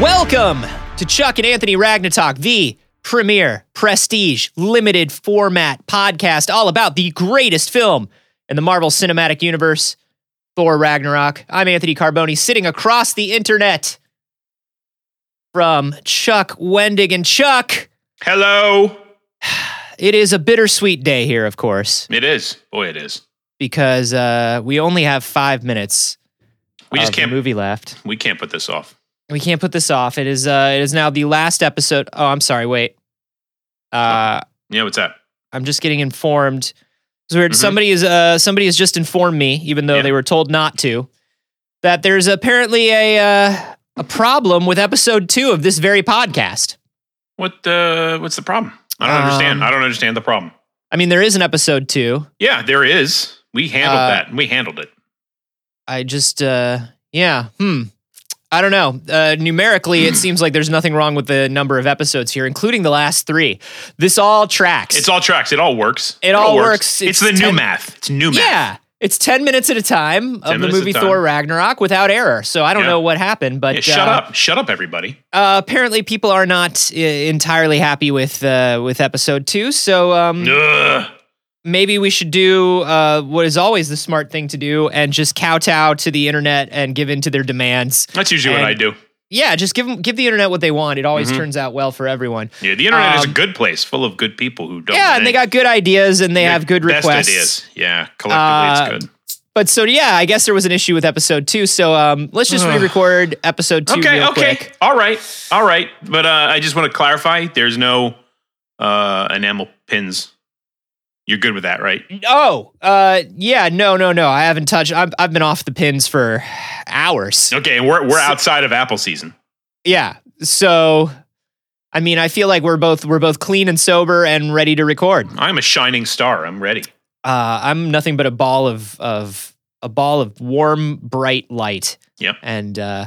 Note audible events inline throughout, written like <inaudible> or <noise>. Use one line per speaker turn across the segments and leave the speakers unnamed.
Welcome to Chuck and Anthony Ragnatalk, the premier prestige limited format podcast all about the greatest film in the Marvel Cinematic Universe, Thor Ragnarok. I'm Anthony Carboni, sitting across the internet from Chuck Wendig. And Chuck,
Hello.
it is a bittersweet day here, of course,
It is. Boy, it is.
because uh, we only have five minutes
We just
of
can't.
movie left.
We can't put this off.
We can't put this off. It is uh it is now the last episode. Oh, I'm sorry, wait. Uh
Yeah, what's that?
I'm just getting informed. It's weird.
Mhm.
Somebody is uh somebody has just informed me, even though
Yeah.
they were told not to, that there's apparently a uh a problem with episode two of this very podcast.
What? Uh, what's the problem? I don't understand.
Um,
I don't understand the problem.
I mean, there is an episode two.
Yeah, there is. We handled
uh,
that. We handled it.
I just uh yeah, hmm. I don't know. Uh, numerically,
<clears throat>
it seems like there's nothing wrong with the number of episodes here, including the last three. This all tracks.
It's all tracks. It all works.
It all works.
It's,
It's
the new
10
math. It's new math.
Yeah. It's 10 minutes at a time of the
minutes at a
movie
time.
Thor Ragnarok without error. So I don't
Yeah.
know what happened, but
Yeah, shut
uh,
up. Shut up, everybody.
Uh, apparently people are not uh, entirely happy with uh, with episode 2. So um
Ugh.
maybe we should do uh, what is always the smart thing to do and just kowtow to the internet and give in to their demands.
That's usually
And-
what I do.
Yeah, just give 'em- give the internet what they want. It always
Mhm.
turns out well for everyone.
Yeah, the internet is a
Um,
good place, full of good people who don't.
Yeah,
want
and they
any-
got good ideas and they have good
best
requests.
ideas. Yeah, collectively,
Uh,
it's good.
But so yeah, I guess there was an issue with episode 2. So um let's just
Ugh.
re-record episode 2
okay
real
okay
quick.
all right all right but uh, i just want to clarify there's no uh, enamel pins you're good with that right
Oh, uh, yeah, no, no, no. I haven't touched. I've, I've been off the pins for hours.
okay and we're, we're
So-
outside of apple season
Yeah. So, I mean, I feel like we're both we're both clean and sober and ready to record.
i'm a shining star i'm ready
Uh, I'm nothing but a ball of of a ball of warm, bright light.
Yep.
And uh,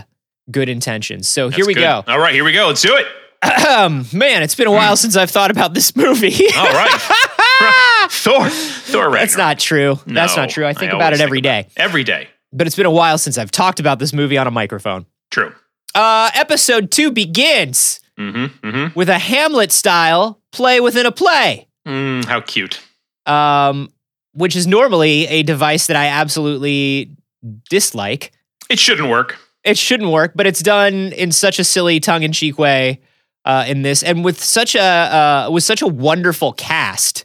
good intentions. So
That's
here we
good.
go. <clears throat>
all right here we go let's do it
Man, it's been a while since I've thought about this <laughs> movie.
all right thor thor
That's
Ragnarok.
not true. That's
No,
not true. I
I
think about
always
it every day.
think every day
But it's been a while since I've talked about this movie on a microphone.
true
Uh, episode two begins
mm-hmm mm-hmm
with a Hamlet style play within a play,
mm, how cute
um, which is normally a device that I absolutely dislike.
it shouldn't work
It shouldn't work, but it's done in such a silly, tongue in cheek way uh, in this, and with such a uh, with such a wonderful cast.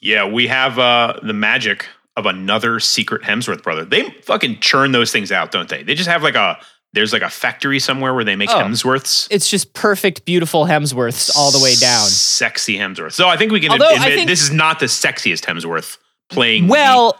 yeah we have uh, the magic of another secret hemsworth brother they fucking churn those things out don't they they just have like a there's like a factory somewhere where they make
Oh.
hemsworths
It's just perfect, beautiful Hemsworths all the way down.
Sexy Hemsworth. So I think we can
Although I
admit
think-
this is not the sexiest Hemsworth playing.
Well,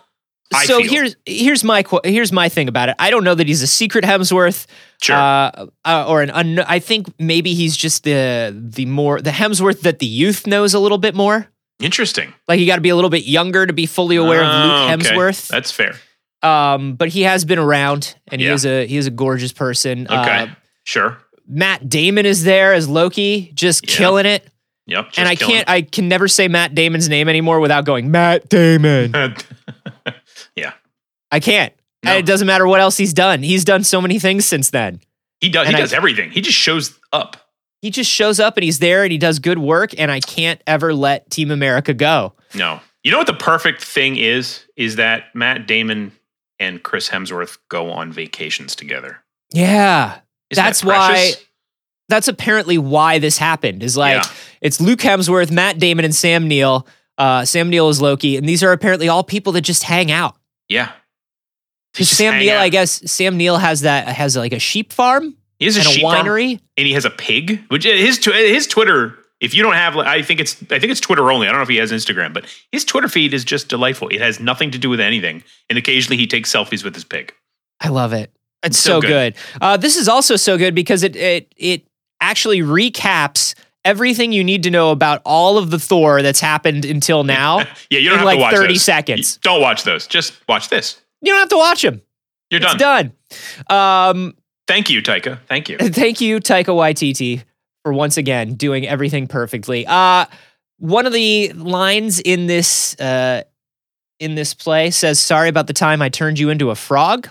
I
so
feel.
here's here's my qu- here's my thing about it. I don't know that he's a secret Hemsworth.
the- sure.
uh, uh, or an un- I think maybe he's just the the more the Hemsworth that the youth knows a little bit more.
Interesting.
Like you got to be a little bit younger to be fully aware
Oh,
of Luke
okay.
Hemsworth.
That's fair.
Um, but he has been around, and he
Yeah.
is a he is a gorgeous person.
Okay.
Uh,
sure.
Matt Damon is there as Loki, just
Yeah.
killing it.
Yep. just
and I
killing.
can't I can never say Matt Damon's name anymore without going Matt Damon. I can't.
No.
And it doesn't matter what else he's done. He's done so many things since then.
<laughs> he does. He
and I-
does everything. He just shows up.
He just shows up and he's there and he does good work. And I can't ever let Team America go.
No. You know what the perfect thing is? Is that Matt Damon and Chris Hemsworth go on vacations together.
Yeah.
Isn't
That's
that precious?
That's apparently why this happened. Is like
Yeah.
it's Luke Hemsworth, Matt Damon, and Sam Neill. Uh, Sam Neill is Loki, and these are apparently all people that just hang out.
Yeah. They
Because
just
Sam
hang
Neill,
out.
I guess Sam Neill has that has like a sheep farm
he has a,
and a
sheep farm.
winery.
and he has a pig, which uh, his tw- his Twitter. If you don't have, like, I think it's I think it's Twitter only. I don't know if he has Instagram, but his Twitter feed is just delightful. It has nothing to do with anything, and occasionally he takes selfies with his pig.
I love it. It's so,
So
good.
good.
Uh, this is also so good because it it it actually recaps everything you need to know about all of the Thor that's happened until now
Yeah, <laughs> you don't
in
have
like
to watch
thirty
those.
seconds.
You- Don't watch those. Just watch this.
You don't have to watch them.
You're
It's
done.
done. Um,
Thank you, Taika.
<laughs>
Thank you.
Thank you, Taika Waititi, for once again doing everything perfectly. Uh, one of the lines in this uh, in this play says, "Sorry about the time I turned you into a frog,"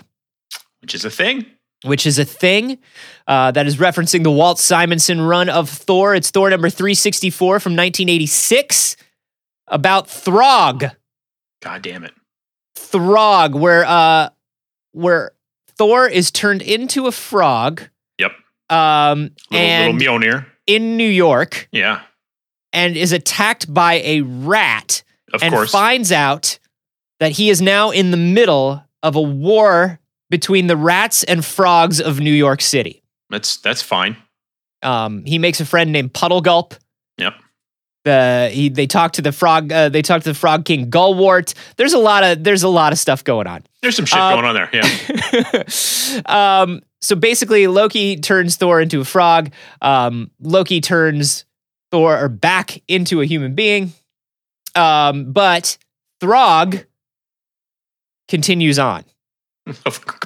Which is a thing.
which is a thing uh, that is referencing the Walt Simonson run of Thor. It's Thor number 364 from 1986 about Throg.
God damn it.
Throg, where uh, where Thor is turned into a frog.
Yep.
Um,
Little,
and
little Mjolnir.
in New York,
Yeah.
and is attacked by a rat,
Of
and
course.
finds out that he is now in the middle of a war between the rats and frogs of New York City.
that's that's fine.
Um, he makes a friend named Puddle Gulp.
Yep.
The he, they talk to the frog. Uh, they talk to the frog king Gullwart. There's a lot of there's a lot of stuff going on.
There's some shit
Uh,
going on there.
<laughs>
Yeah. <laughs>
um, so basically, Loki turns Thor into a frog. Um, Loki turns Thor or back into a human being. Um, but Throg continues on.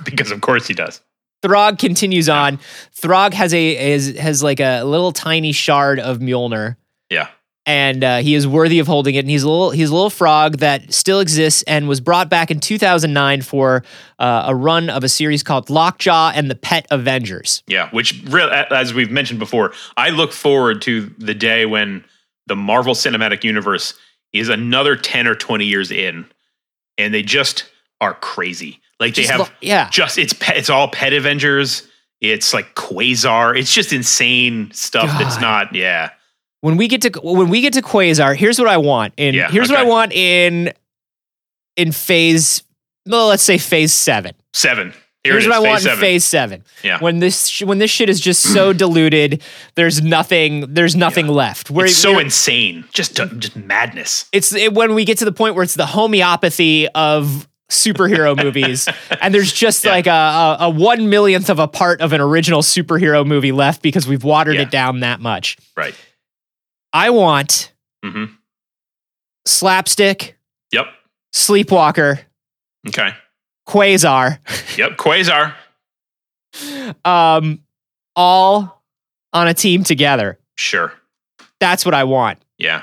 because of course he does.
Throg continues on. Throg has a is has like a little tiny shard of Mjolnir,
Yeah.
and uh, he is worthy of holding it. And he's a little he's a little frog that still exists and was brought back in 2009 for uh, a run of a series called Lockjaw and the Pet Avengers.
Yeah, which real as we've mentioned before, I look forward to the day when the Marvel Cinematic Universe is another 10 or 20 years in and they just are crazy. Like they
Just
have
lo- yeah.
just it's pet, it's all Pet Avengers, it's like Quasar, it's just insane stuff that's
God.
not yeah.
When we get to when we get to Quasar, here's what I want. In
Yeah,
here's what I
okay.
want in in phase well, let's say phase seven.
7. Here
Here's
it is,
what I
phase
want in
7.
phase seven.
Yeah.
When this sh- when this shit is just
<clears throat>
so diluted, there's nothing there's nothing left. We're,
it's so
we're-
insane. Just just madness.
it's it, when we get to the point where it's the homeopathy of
<laughs>
superhero movies, and there's just
Yeah.
like a, a a one millionth of a part of an original superhero movie left because we've watered
Yeah.
it down that much.
Right.
I want
Mhm.
slapstick,
Yep.
sleepwalker,
<laughs> Okay.
quasar,
Yep, Quasar.
um, all on a team together.
Sure.
That's what I want.
Yeah.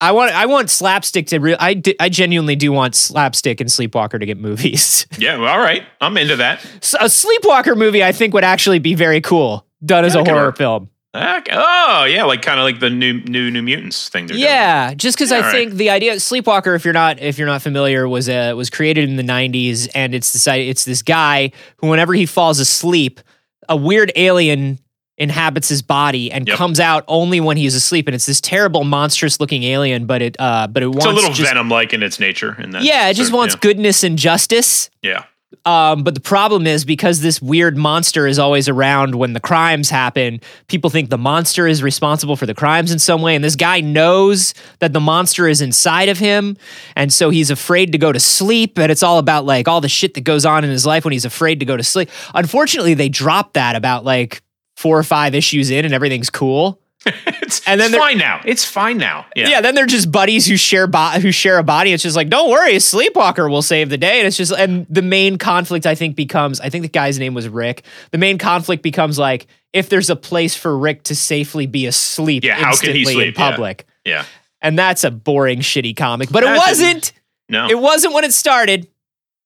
I want I want slapstick to real. I di- I genuinely do want slapstick and Sleepwalker to get movies. <laughs>
Yeah, well, all right. I'm into that.
So a Sleepwalker movie, I think, would actually be very cool done as
Yeah,
a
it could
horror
work.
film.
Okay. Oh, yeah, like kind of like the new new New Mutants thing. They're
Yeah, just because
Yeah,
I
all right.
think the idea Sleepwalker, if you're not if you're not familiar, was uh, was created in the '90s, and it's this it's this guy who, whenever he falls asleep, a weird alien inhabits his body and
Yep.
comes out only when he's asleep, and it's this terrible, monstrous-looking alien, but it uh, but it
doing.
wants
It's a little
just,
Venom like in its nature. And that
yeah, it just
sort of-
wants goodness and justice.
Yeah. yeah.
Um, but the problem is because this weird monster is always around when the crimes happen, people think the monster is responsible for the crimes in some way. And this guy knows that the monster is inside of him. And so he's afraid to go to sleep. And it's all about like all the shit that goes on in his life when he's afraid to go to sleep. Unfortunately, they dropped that about like four or five issues in and everything's cool.
<laughs> It's,
And then
it's
there-
fine now. It's fine now. Yeah.
Yeah. then they're just buddies who share bo- who share a body. It's just like, don't worry, Sleepwalker will save the day. And it's just and the main conflict I think becomes I think the guy's name was Rick. The main conflict becomes like if there's a place for Rick to safely be asleep
Yeah, how can
instantly
he
in
sleep? Yeah.
public.
Yeah.
And that's a boring, shitty comic. But it
That's a-
wasn't.
No.
It wasn't when it started.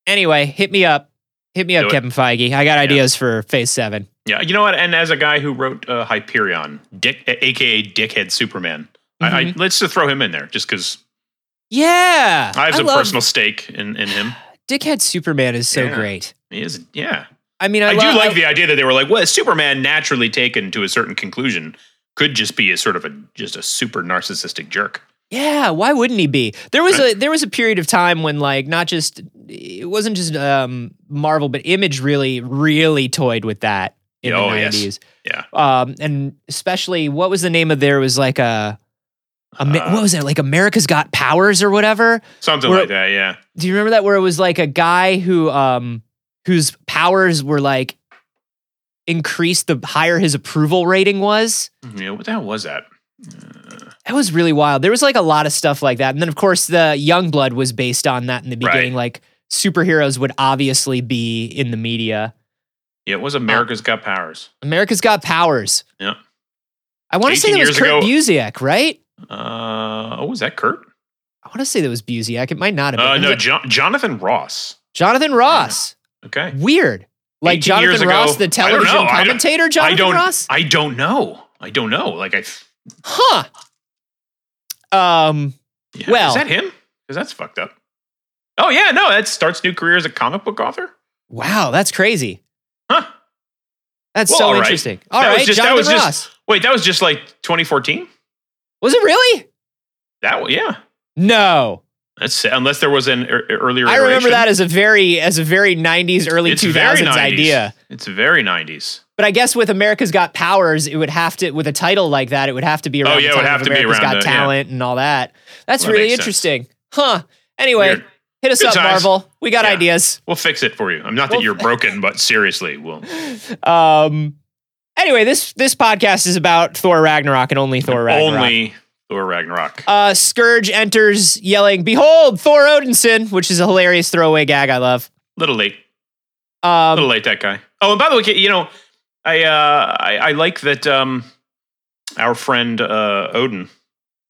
Anyway, hit me up. Hit me up,
Do it.
Kevin Feige. I got ideas for phase seven.
yeah. You know what? And as a guy who wrote uh, Hyperion, Dick, aka Dickhead Superman, I,
Mm-hmm.
I, let's just throw him in there just because
Yeah.
I have some
love
personal stake in, in him.
Dickhead Superman is so
Yeah.
great.
He is, yeah.
I mean, I,
I,
love,
do like the idea that they were like, well, Superman naturally taken to a certain conclusion could just be a sort of a just a super narcissistic jerk.
Yeah, why wouldn't he be? There was
Right.
a there was a period of time when like not just it wasn't just um Marvel, but Image really really toyed with that in
Oh,
the
yes.
nineties.
Yeah.
um, and especially what was the name of there was like a, Ama-
Uh,
what was it like America's Got Powers or whatever?
Something
We're-
like that, yeah.
Do you remember that where it was like a guy who um whose powers were like increased the higher his approval rating was?
Mm-hmm. Yeah, what the hell was that?
That was really wild. There was like a lot of stuff like that. And then of course the Young Blood was based on that in the
Right.
beginning. Like superheroes would obviously be in the media.
Yeah, it was America's Got Powers.
America's Got Powers.
Yeah.
I want to say
18
that was
years
Kurt
ago-
Busiek, right?
Uh, oh, was that Kurt?
I want to say that was Busiek. It might not have
Uh,
been.
no,
It was
jo- Jonathan Ross.
Jonathan Ross.
Okay.
Weird. Like
18 years
Jonathan Ross, the
ago- I don't know.
television
I don't-
commentator, Jonathan
I don't.
Ross?
I don't know. I don't know. Like I.
Huh. Um,
Yeah.
Well-
is that him? Because that's fucked up. Oh yeah, no, that starts new career as a comic book author.
wow, that's crazy.
Huh.
That's
Well,
so
all right.
interesting. All
That
right,
was just- that
Jonathan
was just-
Ross.
Wait, that was just like 2014.
Was it really?
That one, yeah.
No.
That's unless there was an ear- earlier.
I remember
iteration.
that as a very as a very 90s early
It's very
2000s
90s.
idea.
It's very 90s.
But I guess with America's Got Powers, it would have to with a title like that, it would have to be around
Oh, yeah,
the
it
time
would have
of
to be
America's
around
Got
the- yeah.
Talent and all that. That's
Well, that
really
makes sense.
interesting. Huh. Anyway,
Weird.
hit us
Good
up
times.
Marvel. We got
Yeah.
ideas.
We'll fix it for you. I'm not that
We'll-
you're broken, but seriously, we'll.
Um anyway, this this podcast is about Thor Ragnarok and only Thor Ragnarok.
Only Thor Ragnarok.
uh, Scourge enters yelling, Behold, Thor Odinson, which is a hilarious throwaway gag I love.
little late.
Um,
little late, that guy. Oh, and by the way, you know, I uh, I, I like that um, our friend uh, Odin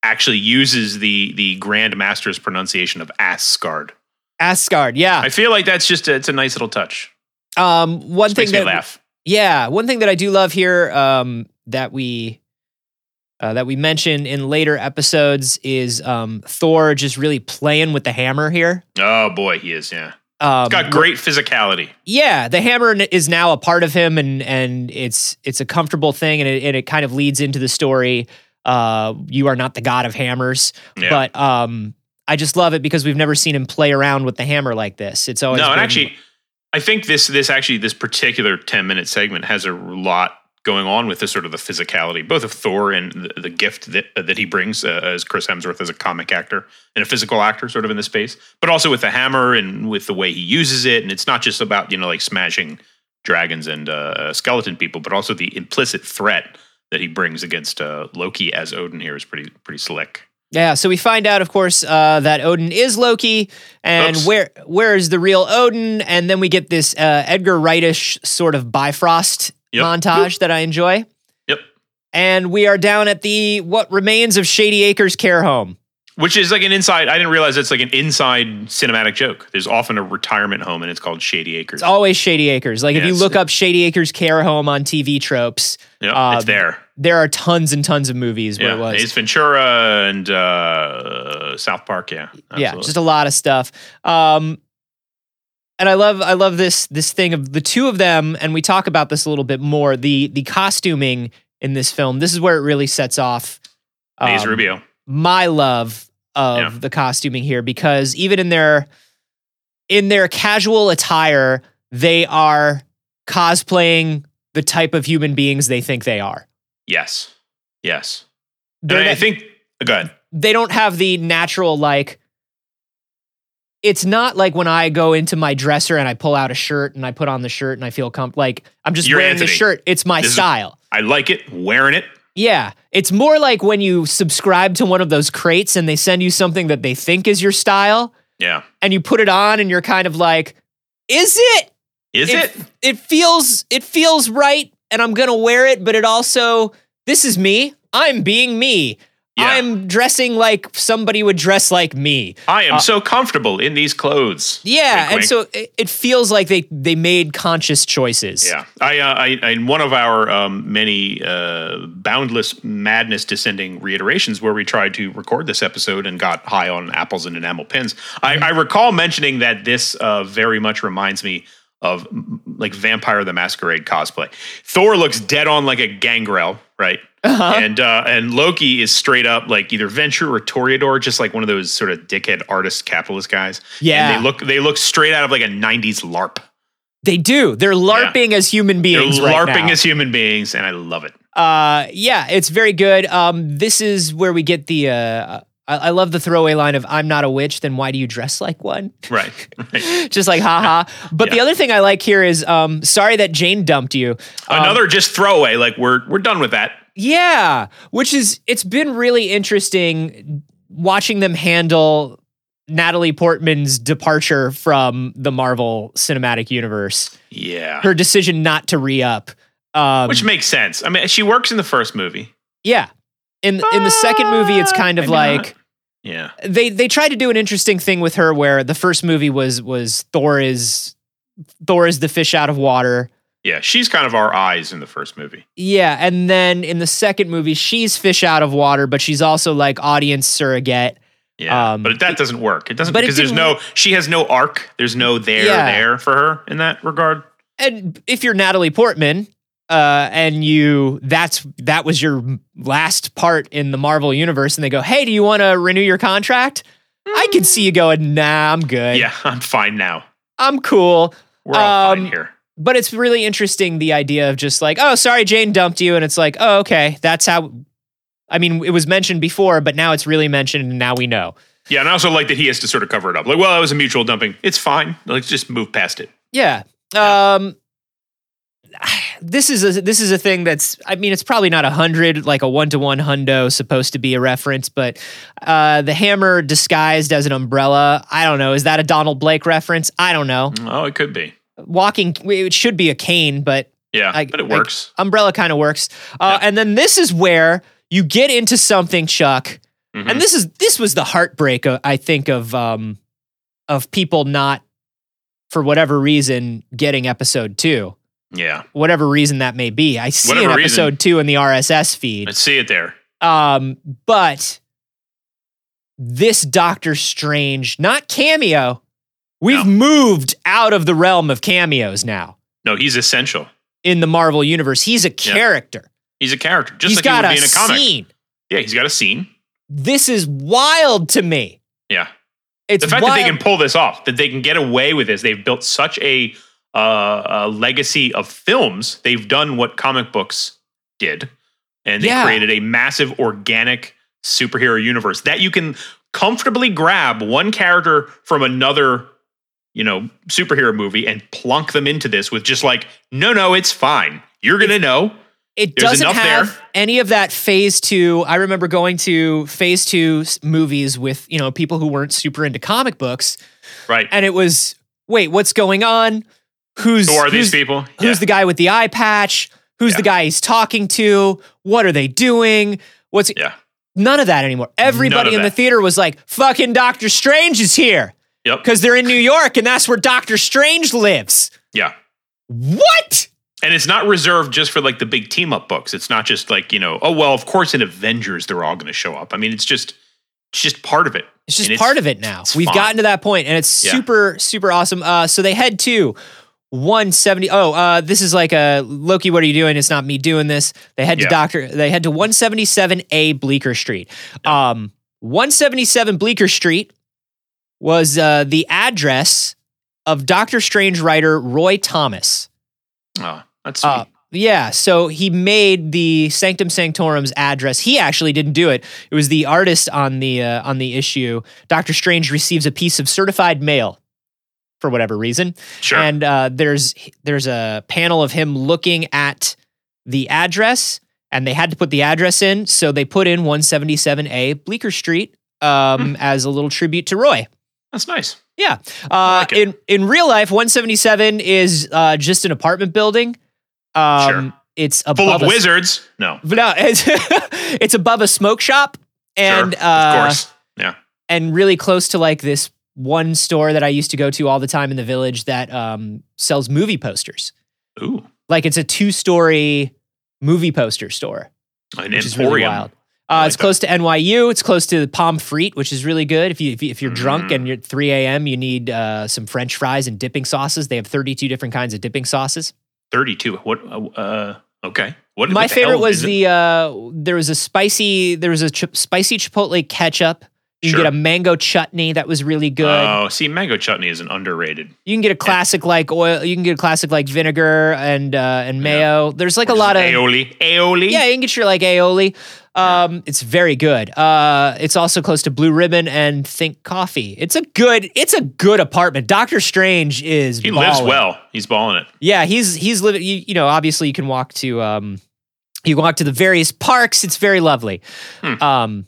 actually uses the the Grand Master's pronunciation of Asgard.
Asgard, yeah.
I feel like that's just a, it's a nice little touch.
Um, one
Just
thing
makes me
that
laugh.
yeah, one thing that I do love here um, that we uh, that we mention in later episodes is um, Thor just really playing with the hammer here.
Oh boy, he is. Yeah,
Um,
He's got great physicality.
yeah, the hammer n- is now a part of him, and and it's it's a comfortable thing, and it, and it kind of leads into the story. Uh, you are not the god of hammers,
Yeah.
but um, I just love it because we've never seen him play around with the hammer like this. It's always
no, and
been-
actually, I think this this actually this particular ten minute segment has a lot going on with the sort of the physicality, both of Thor and the, the gift that that he brings uh, as Chris Hemsworth as a comic actor and a physical actor, sort of in this space, but also with the hammer and with the way he uses it, and it's not just about you know like smashing dragons and uh, skeleton people, but also the implicit threat that he brings against uh, Loki as Odin here is pretty pretty slick.
Yeah, so we find out, of course, uh, that Odin is Loki, and
Oops.
where where is the real Odin? And then we get this uh, Edgar Wrightish sort of Bifrost
Yep.
montage that I enjoy.
Yep.
And we are down at the what remains of Shady Acres care home.
which is like an inside. I didn't realize that's like an inside cinematic joke. There's often a retirement home, and it's called Shady Acres.
It's always Shady Acres. Like if
Yeah,
you
it's-
look up Shady Acres care home on TV tropes,
Yeah,
um,
it's there.
there are tons and tons of movies where
Yeah,
it was.
Ace Ventura and uh, South Park. Yeah,
Yeah,
absolutely.
just a lot of stuff. Um, and I love I love this this thing of the two of them, and we talk about this a little bit more. The the costuming in this film, this is where it really sets off
Maze
um,
Rubio.
my love of
Yeah.
the costuming here because even in their in their casual attire, they are cosplaying the type of human beings they think they are.
Yes, yes. And
They're
I
not-
think go ahead.
they don't have the natural like it's not like when I go into my dresser and I pull out a shirt and I put on the shirt and I feel com like I'm just
You're
wearing the
Anthony.
shirt. It's my
This is-
style.
I like it, wearing it.
yeah. It's more like when you subscribe to one of those crates and they send you something that they think is your style
Yeah,
and you put it on and you're kind of like, is it?
is it?
It feels it feels right and I'm gonna wear it, but it also this is me. I'm being me.
Yeah.
I'm dressing like somebody would dress like me.
I am
uh,
so comfortable in these clothes.
Yeah,
Wink,
and
wink.
so it, it feels like they they made conscious choices.
Yeah, I, uh, I, I in one of our um, many uh, boundless madness descending reiterations where we tried to record this episode and got high on apples and enamel pins.
Mm-hmm.
I, I recall mentioning that this uh, very much reminds me of mm, like Vampire the Masquerade cosplay. Thor looks dead on like a Gangrel, right?
Uh-huh.
And uh, and Loki is straight up like either Venture or Toreador, just like one of those sort of dickhead artist capitalist guys.
Yeah.
and they look they look straight out of like a '90s LARP.
They do. They're larping as human beings.
They're
right
LARPing
now.
as human beings, and I love it.
Uh, yeah, it's very good. Um, this is where we get the. Uh, I, I love the throwaway line of "I'm not a witch, then why do you dress like one?" <laughs>
Right. right.
Just like haha. But the
Yeah.
other thing I like here is, um, sorry that Jane dumped you. Um,
Another just throwaway. Like we're we're done with that.
Yeah, which is it's been really interesting watching them handle Natalie Portman's departure from the Marvel Cinematic Universe.
Yeah.
Her decision not to re up. Um,
Which makes sense. I mean, she works in the first movie.
yeah, in in the second movie, it's kind of
Maybe not.
like
Yeah.
they they tried to do an interesting thing with her where the first movie was was Thor is Thor is the fish out of water.
Yeah, she's kind of our eyes in the first movie.
Yeah, and then in the second movie, she's fish out of water, but she's also like audience surrogate.
Yeah,
Um,
but that doesn't work. It doesn't
but it
because there's
didn't-
no she has no arc. There's no there
Yeah.
there for her in that regard.
And if you're Natalie Portman, uh, and you that's that was your last part in the Marvel universe, and they go, "Hey, do you want to renew your contract?" I can see you going, "Nah, I'm good.
yeah, <laughs> I'm fine now.
I'm cool."
We're all
Um,
fine here.
But it's really interesting the idea of just like, "Oh, sorry, Jane dumped you," and it's like, "Oh, okay, that's how." I mean, it was mentioned before, but now it's really mentioned, and now we know.
Yeah, and I also like that he has to sort of cover it up. Like, well, that was a mutual dumping. It's fine. Let's just move past it.
Yeah. Um <sighs> this is a this is a thing that's I mean it's probably not a hundred like a one to one hundo supposed to be a reference, but uh the hammer disguised as an umbrella. I don't know. Is that a Donald Blake reference? I don't know.
Oh, it could be.
Walking it should be a cane, but
Yeah,
I-
but it
I-
works.
umbrella kind of works. Uh, And then this is where you get into something, Chuck.
Mhm.
And this is this was the heartbreak, uh, I think, of um, of people not, for whatever reason, getting episode two,
yeah,
whatever reason that may be. I see an
Whatever reason.
episode two in the RSS feed,
let's see it there.
um, but this Doctor Strange, not cameo. We've
No.
moved out of the realm of cameos now
No, he's essential.
in the Marvel universe. He's a character.
He's a character, just
He's
like
got
he
a,
would be in a comic.
scene.
Yeah, he's got a scene.
This is wild to me.
Yeah,
It's
the fact
wild.
that they can pull this off, that they can get away with this, they've built such a, uh, a legacy of films. They've done what comic books did, and they
Yeah.
created a massive organic superhero universe that you can comfortably grab one character from another, you know, superhero movie and plunk them into this with just like, no, no, it's fine. You're gonna know.
it
there's
doesn't
enough
have
there.
any of that phase two. I remember going to phase two s- movies with you know people who weren't super into comic books,
Right.
and it was wait, what's going on? Who's
Who are
who's,
these people?
Who's
yeah.
the guy with the eye patch? Who's the
Yeah.
guy he's talking to? What are they doing? What's
Yeah.
none of that anymore? Everybody
of
in the
that.
theater was like, "Fucking Doctor Strange is here."
Yep.
because they're in New York and that's where Doctor Strange lives.
Yeah.
What?
And it's not reserved just for like the big team up books. It's not just like, you know, oh well, of course in Avengers they're all going to show up. I mean, it's just it's just part of it.
It's just
And it's-
part of it now.
it's
We've
fine.
gotten to that point and it's
Yeah.
super, super awesome. Uh, so they head to 170. Oh, uh, this is like a Loki, what are you doing? It's not me doing this. They head to
Yeah.
Doctor, they head to 177A Bleecker Street. Um, 177 Bleecker Street was uh, the address of Doctor Strange writer Roy Thomas.
Oh, that's
Uh,
sweet.
yeah, so he made the Sanctum Sanctorum's address. He actually didn't do it. It was the artist on the uh, on the issue. Doctor Strange receives a piece of certified mail for whatever reason,
sure.
and uh, there's there's a panel of him looking at the address, and they had to put the address in, so they put in 177A Bleecker Street um,
Hmm.
as a little tribute to Roy.
that's nice.
Yeah. Uh,
like it.
in in real life, 177 is uh, just an apartment building. Um,
Sure.
It's
Full
above
of
a,
wizards. No.
No, it's, <laughs> it's above a smoke shop and
sure. of
uh,
course. Yeah.
and really close to like this one store that I used to go to all the time in the village that um, sells movie posters.
Ooh.
Like it's a two story movie poster store,
An
which is
emporium.
really wild. Uh,
I like
it's close to NYU. It's close to Palm Frite, which is really good. If you if, you, if you're drunk
Mm.
and you're at 3 a.m., you need uh, some French fries and dipping sauces. They have 32 different kinds of dipping sauces.
32. What uh okay. What
My
what the
favorite
hell
was
is it?
the uh, there was a spicy there was a ch- spicy chipotle ketchup. You can
Sure.
get a mango chutney that was really good.
Oh, see mango chutney is an underrated.
you can get a classic like oil. You can get a classic like vinegar and uh, and mayo. There's like a
Just
lot of
aioli. Aioli.
Yeah, you can get your like aioli. Um, It's very good. Uh, it's also close to Blue Ribbon and Think Coffee. It's a good. It's a good apartment. Doctor Strange is.
He lives
ballin'.
well. He's balling it.
Yeah, he's he's living. You, you know, obviously you can walk to um, you can walk to the various parks. It's very lovely.
Hmm.
Um,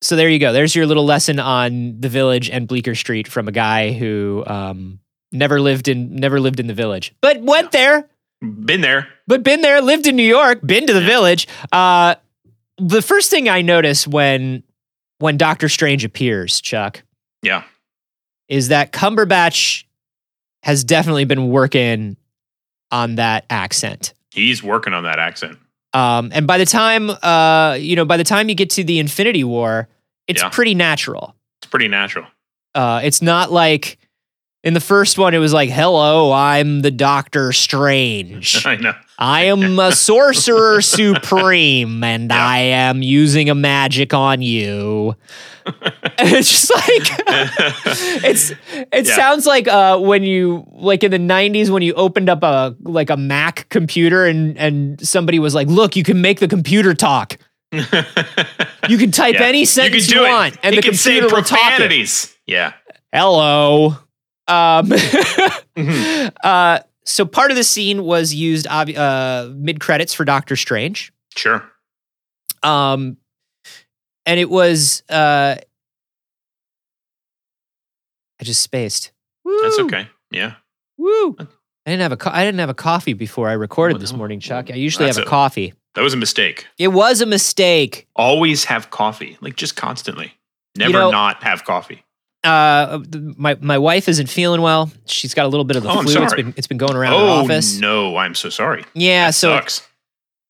so there you go. There's your little lesson on the village and Bleecker Street from a guy who um never lived in never lived in the village, but went there
Been there.
but been there, lived in New York, been to the village. Uh, the first thing I notice when when Doctor Strange appears, Chuck,
Yeah.
is that Cumberbatch has definitely been working on that accent.
He's working on that accent.
Um, and by the time uh, you know, by the time you get to the Infinity War, it's
Yeah.
pretty natural.
It's pretty natural.
Uh, it's not like in the first one, it was like, "Hello, I'm the Doctor
<laughs>
Strange.
I know.
I am a sorcerer supreme, and
Yeah.
I am using a magic on
<laughs>
you." <laughs> and it's just like <laughs> it's it
Yeah.
sounds like uh when you like in the 90s when you opened up a like a mac computer and and somebody was like look you can make the computer talk you
<laughs>
can type
Yeah.
any sentence you, want and
You
the
can say
computer will talk it.
profanities. Yeah.
hello um
Mhm.
<laughs> uh so part of the scene was used obvi- uh mid credits for doctor strange
Sure.
um and it was uh i just spaced
That's
Woo!
okay. Yeah.
Woo! I didn't have a co- I didn't have a coffee before I recorded this
Well,
morning, Chuck. I usually
Oh, that's
have a
a-
coffee.
That was a mistake.
It was a mistake.
Always have coffee, like just constantly. Never
know-
not have coffee.
Uh, th- my my wife isn't feeling well. She's got a little bit of the
Oh, I'm
flu. It's
sorry.
been it's been going around her
Oh
office.
no, I'm so sorry.
Yeah,
That
so
sucks.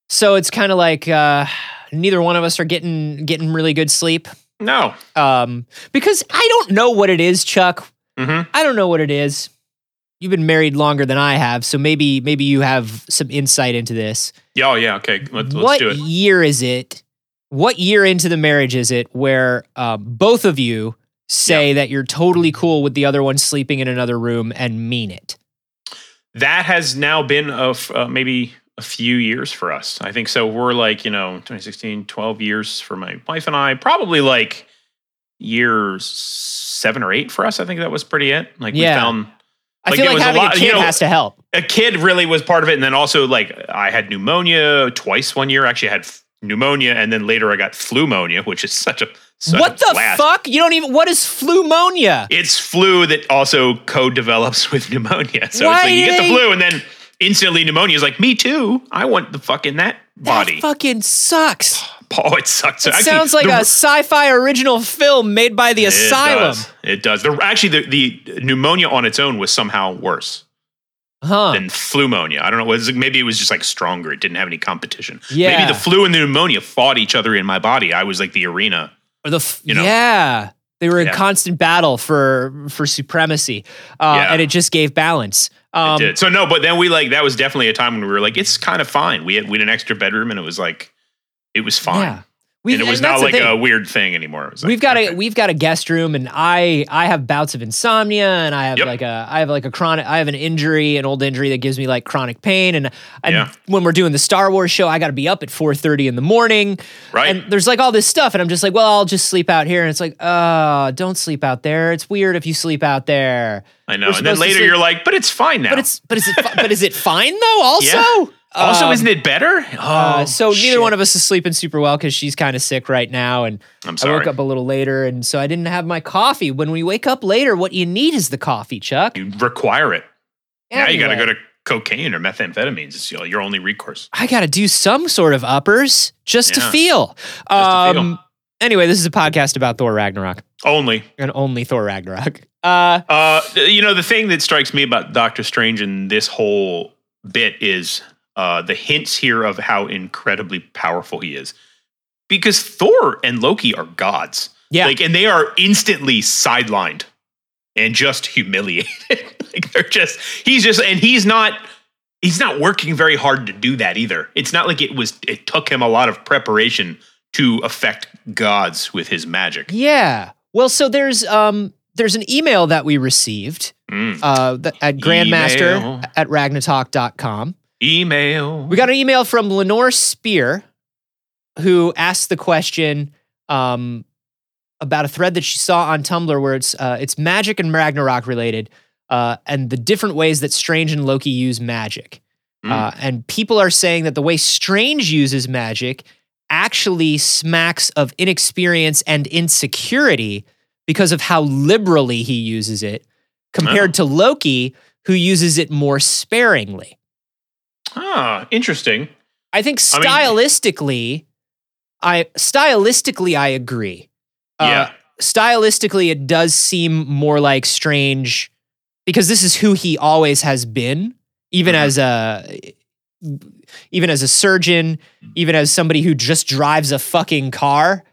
so it's kind of like uh, neither one of us are getting getting really good sleep.
No.
Um, because I don't know what it is, Chuck.
hmm
I don't know what it is. You've been married longer than I have, so maybe maybe you have some insight into this.
Yeah. Oh yeah. Okay. Let's,
what
let's do it.
year is it? What year into the marriage is it where um, both of you say that you're totally cool with the other one sleeping in another room and mean it?
That has now been of uh, maybe a few years for us. I think so. We're like you know 2016, 12 years for my wife and I. Probably like year seven or eight for us. I think that was pretty it. Like
Yeah.
we found
I
Like,
feel
it
like
was a
having a,
lot-
kid
you know-
has to help.
a kid really was part of it and then also like i had pneumonia twice one year actually I had f- pneumonia and then later i got flumonia which is such a such
What
a
the
blast.
fuck? You don't even. What is flumonia?
it's flu that also co-develops with pneumonia so
Why
it's like you get
they-
the flu and then instantly pneumonia is like me too i want the fuck in that body
That fucking
<sighs>
sucks.
oh it sucks
It sounds like
the,
a sci-fi original film made by the
it
asylum,
does. it does the, actually the, the pneumonia on its own was somehow worse
huh?
than flumonia. I don't know. Was it- maybe it was just like stronger. It didn't have any competition.
Yeah.
Maybe the flu and the pneumonia fought each other in my body. I was like the arena.
or the f-
you know?
yeah, they were in
Yeah.
constant battle for for supremacy, uh,
Yeah.
and it just gave balance.
It
Um,
did. So no, but then we like that was definitely a time when we were like, it's kind of fine. We had we had an extra bedroom and it was like, it was fine.
Yeah. We,
and it was
that's
not
the
like
thing.
a weird thing anymore. It was like,
we've got a
okay.
we've got a guest room and i i have bouts of insomnia and i have
Yep.
like a i have like a chronic i have an injury an old injury that gives me like chronic pain and and
Yeah.
when we're doing the star wars show i got to be up at 4:30 in the morning
Right.
and there's like all this stuff and i'm just like well i'll just sleep out here and it's like uh don't sleep out there it's weird if you sleep out there
I know.
we're
And
supposed
then
to
later
sleep-
you're like, but it's fine now.
but it's but is it fi- but is it fine though also
<laughs> Yeah. also,
Um,
isn't it better? Oh,
uh, so neither
shit.
one of us is sleeping super well because she's kind of sick right now, and
I'm
I
sorry.
woke up a little later, and so I didn't have my coffee. When we wake up later, what you need is the coffee, Chuck.
You require it. Now you got to
Anyway,
go to cocaine or methamphetamines. It's your your only recourse.
I got to do some sort of uppers just to
Yeah.
feel. Um,
to feel.
Anyway, this is a podcast about Thor Ragnarok
Only.
and only Thor Ragnarok. Uh,
Uh, you know, the thing that strikes me about Doctor Strange and this whole bit is uh, the hints here of how incredibly powerful he is. Because Thor and Loki are gods.
yeah,
Like, and they are instantly sidelined and just humiliated. <laughs> like, they're just, he's just, and he's not. He's not working very hard to do that either. It's not like it was. It took him a lot of preparation to affect gods with his magic.
yeah. Well, so there's um there's an email that we received
Mm.
uh th- at Grandmaster
Email.
at Ragnatalk.com.
Email.
We got an email from Lenore Spear, who asked the question um, about a thread that she saw on Tumblr where it's uh, it's magic and Ragnarok related, uh, and the different ways that Strange and Loki use magic.
Mm.
Uh, and people are saying that the way Strange uses magic actually smacks of inexperience and insecurity because of how liberally he uses it compared to Loki, who uses it more sparingly.
Ah, interesting.
I think
I mean-
stylistically, I, stylistically I agree. Uh,
yeah.
Stylistically, it does seem more like Strange because this is who he always has been, even
Mhm.
as a even as a surgeon,
Mm.
even as somebody who just drives a fucking car,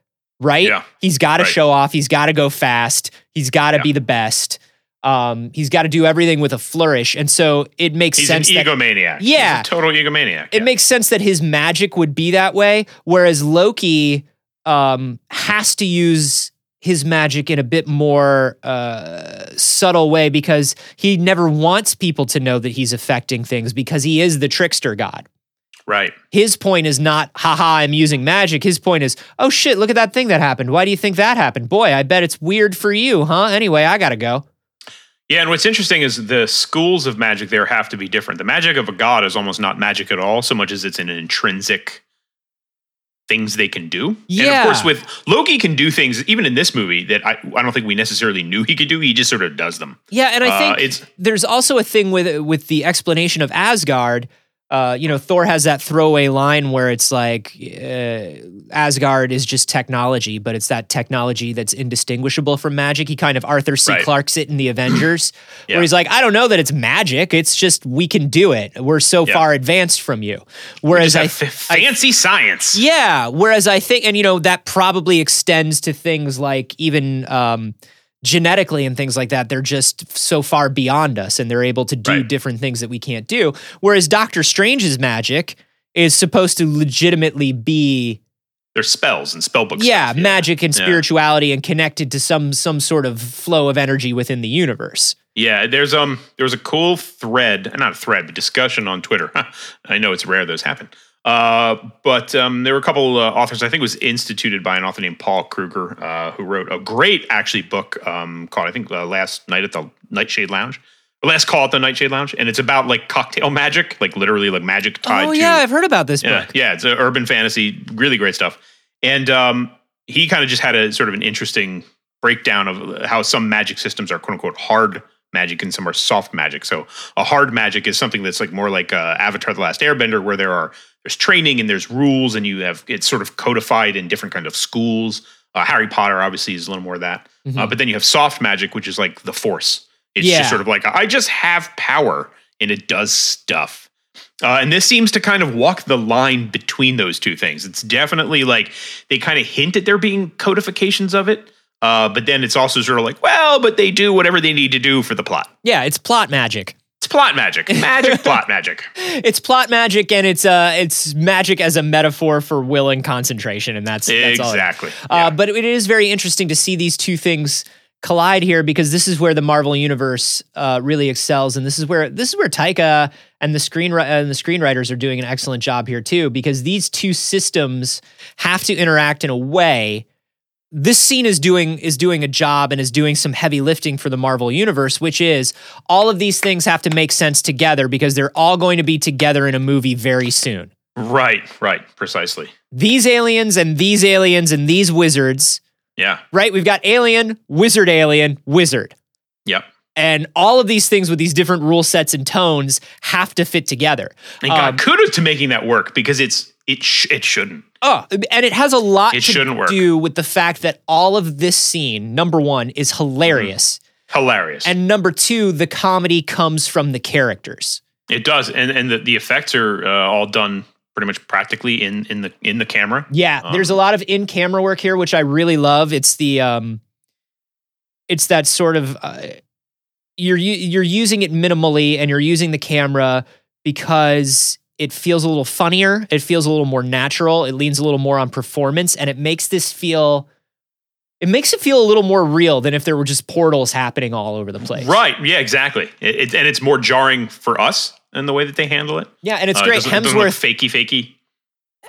right?
Yeah.
He's got to
Right.
show off. He's got to go fast. He's got to
Yeah.
be the best. Um, he's got to do everything with a flourish, and so it makes
He's an
sense that
egomaniac. He's a
Yeah.
total egomaniac.
it
yeah.
makes sense that his magic would be that way whereas loki um has to use his magic in a bit more uh, subtle way because he never wants people to know that he's affecting things because he is the trickster god.
right.
His point is not, haha, I'm using magic. His point is, oh shit, look at that thing that happened. Why do you think that happened? Boy, I bet it's weird for you, huh? Anyway, I gotta go.
Yeah, and what's interesting is the schools of magic there have to be different. The magic of a god is almost not magic at all, so much as it's an intrinsic things they can do. And
Yeah.
of course, with Loki can do things even in this movie that I, I don't think we necessarily knew he could do. He just sort of does them.
Yeah, and I
Uh,
think
it's-
there's also a thing with with the explanation of Asgard. Uh, you know, Thor has that throwaway line where it's like uh, Asgard is just technology, but it's that technology that's indistinguishable from magic. He kind of Arthur C.
Right.
Clarke's it in the
<clears throat>
Avengers,
Yeah.
where he's like, I don't know that it's magic. It's just we can do it. We're so
Yeah.
far advanced from you.
It's
Whereas
that
I
f- fancy science.
yeah. Whereas I think, and you know, that probably extends to things like even um, genetically and things like that. They're just so far beyond us and they're able to do
Right.
different things that we can't do. Whereas Doctor Strange's magic is supposed to legitimately be
There's spells and spell books.
yeah, magic and
Yeah.
spirituality and connected to some some sort of flow of energy within the universe
Yeah, there's um there was a cool thread, not a thread, but discussion on Twitter. <laughs> I know it's rare those happen. Uh, but um, there were a couple uh, authors. I think it was instituted by an author named Paul Kruger, uh, who wrote a great actually book um, called I think uh, Last Night at the Nightshade Lounge, or Last Call at the Nightshade Lounge, and it's about like cocktail magic, like literally like magic tied
oh
to
yeah i've heard about this
yeah,
book
yeah, it's an urban fantasy, really great stuff. And um, he kind of just had a sort of an interesting breakdown of uh, how some magic systems are quote unquote hard magic and some are soft magic. So a hard magic is something that's like more like uh, Avatar: The Last Airbender, where there are there's training and there's rules, and you have it's sort of codified in different kind of schools. Uh, Harry Potter obviously is a little more of that, uh,
Mhm.
but then you have soft magic, which is like the Force. It's
Yeah.
just sort of like I just have power and it does stuff. Uh, and this seems to kind of walk the line between those two things. It's definitely like they kind of hint at there being codifications of it, uh, but then it's also sort of like, well, but they do whatever they need to do for the plot.
yeah it's plot magic
It's plot magic,
<laughs>
magic, plot magic.
it's plot magic and it's uh it's magic as a metaphor for will and concentration and that's that's all it is.
exactly.
uh, but it is very interesting to see these two things collide here because this is where the Marvel universe uh, really excels, and this is where this is where Taika and the screen and the screenwriters are doing an excellent job here too because these two systems have to interact in a way. This scene is doing is doing a job and is doing some heavy lifting for the Marvel universe, which is all of these things have to make sense together because they're all going to be together in a movie very soon
Yeah. right, right, precisely.
these aliens and these aliens and these wizards,
Yeah,
right? We've got alien, wizard, alien, wizard.
yep.
And all of these things with these different rule sets and tones have to fit together.
And God,
Um,
kudos to making that work because it's it sh- it shouldn't.
Oh, and it has a lot
It
to
shouldn't work.
do with the fact that all of this scene, number one, is hilarious.
Mm. Hilarious.
And number two, the comedy comes from the characters.
it does, and and the, the effects are uh, all done pretty much practically in in the in the camera.
Yeah, there's a lot of in camera work here, which I really love. It's the um, it's that sort of uh, you're u- you're using it minimally, and you're using the camera because it feels a little funnier. It feels a little more natural. It leans a little more on performance, and it makes this feel. It makes it feel a little more real than if there were just portals happening all over the place.
Right. Yeah. Exactly. It, it, and it's more jarring for us in the way that they handle it.
Yeah, and it's
Uh, it
great.
doesn't- it doesn't look
Hemsworth
fakey, fakey.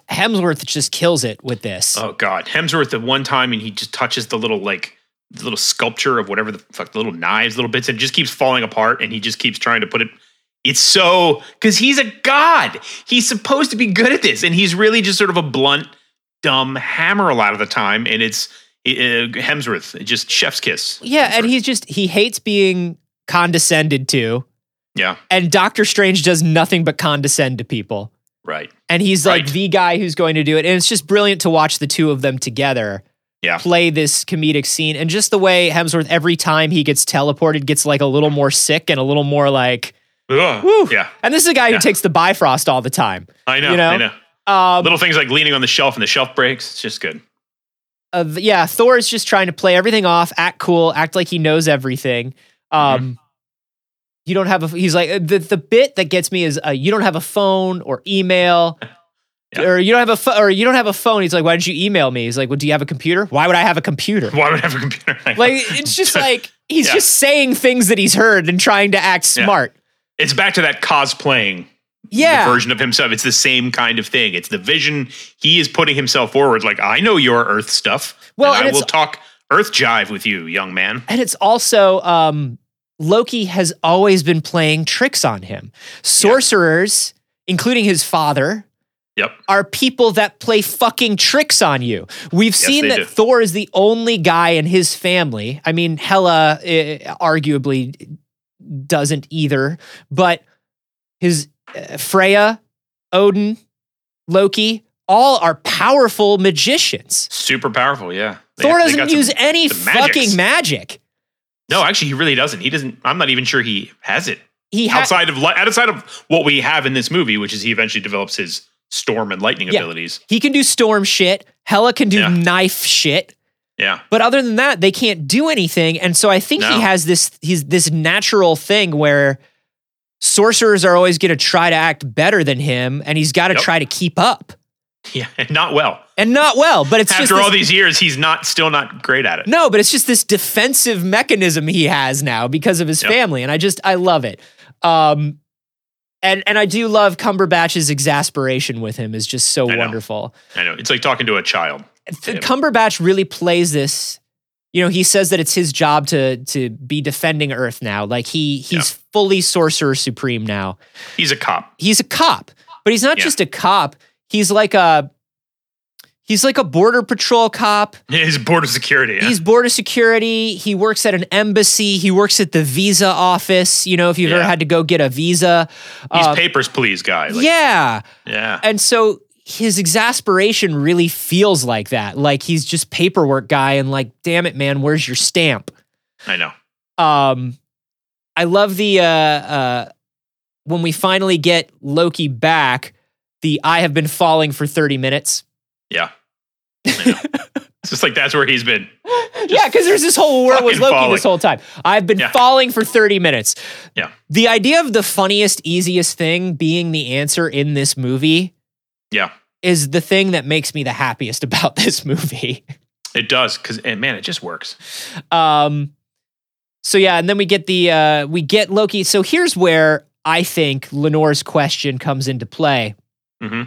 Hemsworth just kills it with this.
Oh God, Hemsworth at one time, and he just touches the little like the little sculpture of whatever the fuck, the little knives, little bits, and it just keeps falling apart, and he just keeps trying to put it. It's so because he's a god. He's supposed to be good at this, and he's really just sort of a blunt, dumb hammer a lot of the time. And it's uh, Hemsworth, just chef's kiss.
yeah, and he's just he hates being condescended to.
Yeah,
and Doctor Strange does nothing but condescend to people.
right.
And he's like
Right.
the guy who's going to do it. And it's just brilliant to watch the two of them together
Yeah.
play this comedic scene and just the way Hemsworth every time he gets teleported gets like a little more sick and a little more like
Ugh.
Woo.
Yeah,
and this is a guy
Yeah.
who takes the Bifrost all the time.
I know,
You know?
I know.
Um,
Little things like leaning on the shelf and the shelf breaks. It's just good. <laughs>
of yeah, Thor is just trying to play everything off, act cool, act like he knows everything. Um,
Mm-hmm.
You don't have a. He's like the the bit that gets me is uh, you don't have a phone or email,
<laughs> Yeah.
or you don't have a pho- or you don't have a phone. He's like, why didn't you email me? He's like, well, do you have a computer? Why would I have a
<laughs>
computer?
Why would I have a computer? I know.
Like it's
<laughs>
just like he's
Yeah.
just saying things that he's heard and trying to act
Yeah.
smart.
it's back to that cosplaying
Yeah,
the version of himself. It's the same kind of thing. It's the vision he is putting himself forward. Like I know your Earth stuff.
Well,
and
and
I will
it's-
talk Earth jive with you, young man.
and it's also um, Loki has always been playing tricks on him. Sorcerers, including his father,
Yep.
are people that play fucking tricks on you. We've seen
they
that
do.
Thor is the only guy in his family. I mean, Hela uh, arguably doesn't either, but his uh, Freya, Odin, Loki, all are powerful magicians.
Super powerful. Yeah. They-
Thor
they
doesn't
got some-
use any
some magics.
fucking magic.
no, actually, he really doesn't. He doesn't. I'm not even sure he has it
He has
outside of li- outside of what we have in this movie, which is he eventually develops his storm and lightning
Yeah.
abilities.
he can do storm shit. Hela can do
Yeah.
knife shit.
Yeah. <laughs>
But other than that, they can't do anything. And so I think
No.
he has this he's this natural thing where sorcerers are always going to try to act better than him, and he's got to
Yep.
try to keep up,
Yeah. Not well.
and not well. But it's just
After
this,
all these years, he's not still not great at it.
no, but it's just this defensive mechanism he has now because of his
Yep.
family, and I just I love it. Um, and and I do love Cumberbatch's exasperation with him is just so
I know.
wonderful.
I know. It's like talking to a child.
Th-
Yeah.
Cumberbatch really plays this. You know, he says that it's his job to to be defending Earth now. Like he he's fully sorcerer supreme now.
He's a cop. <laughs>
He's a cop, but he's not
Yeah.
just a cop. He's like a he's like a border patrol cop.
He's board of security. yeah.
He's border security. He works at an embassy. He works at the visa office. You know, if you've ever
Yeah.
had to go get a visa,
He's
Uh,
papers, please, guy. Like,
yeah.
yeah.
And so his exasperation really feels like that. Like he's just paperwork guy and like, damn it, man, where's your stamp?
I know.
Um I love the uh uh when we finally get Loki back, the I have been falling for 30
<laughs>
minutes.
Yeah. I know. it's just like that's where he's been.
yeah, because there's this whole where was
fucking
Loki
falling.
this whole time. I've been
Yeah.
falling for 30 minutes.
Yeah.
The idea of the funniest, easiest thing being the answer in this movie
Yeah.
is the thing that makes me the happiest <laughs> about this movie.
It does because and man, it just works.
Um, so yeah, and then we get the uh, we get Loki. So here's where I think Lenore's question comes into play.
hmm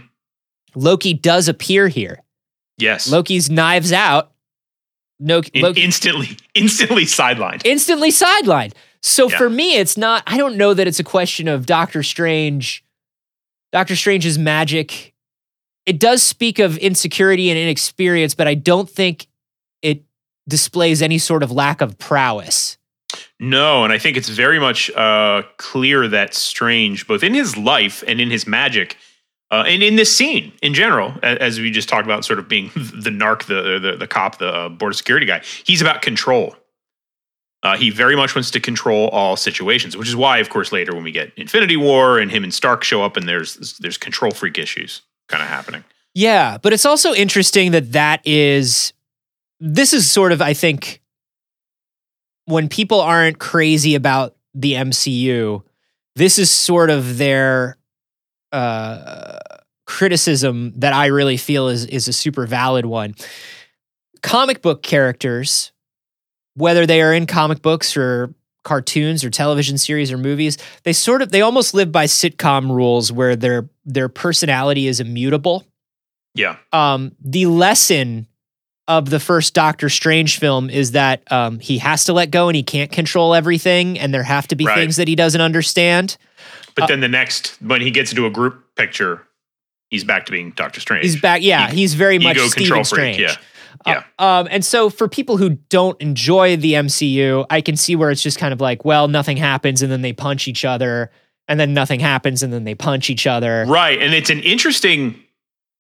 Loki does appear here.
Yes.
Loki's knives out. No,
In-
Loki
instantly, instantly sidelined.
instantly sidelined. So
Yeah.
for me, it's not. I don't know that it's a question of Doctor Strange. Doctor Strange's magic. It does speak of insecurity and inexperience, but I don't think it displays any sort of lack of prowess.
No, and I think it's very much uh, clear that Strange, both in his life and in his magic, uh, and in this scene in general, a- as we just talked about, sort of being <laughs> the narc, the the, the cop, the uh, border security guy, he's about control. Uh, he very much wants to control all situations, which is why, of course, later when we get Infinity War and him and Stark show up, and there's there's control freak issues kind of happening.
Yeah, but it's also interesting that that is this is sort of I think when people aren't crazy about the MCU, this is sort of their uh criticism that I really feel is is a super valid one. Comic book characters, whether they are in comic books or cartoons or television series or movies, they sort of they almost live by sitcom rules where their their personality is immutable
Yeah,
um, the lesson of the first Doctor Strange film is that um, he has to let go and he can't control everything, and there have to be
Right.
things that he doesn't understand.
but
Uh,
then the next when he gets into a group picture, he's back to being Doctor Strange.
He's back, yeah,
Ego-
he's very much
ego
Stephen
control
Strange.
freak. Yeah, yeah.
Uh, um, and so for people who don't enjoy the MCU, I can see where it's just kind of like, well, nothing happens, and then they punch each other, and then nothing happens, and then they punch each other.
Right. And it's an interesting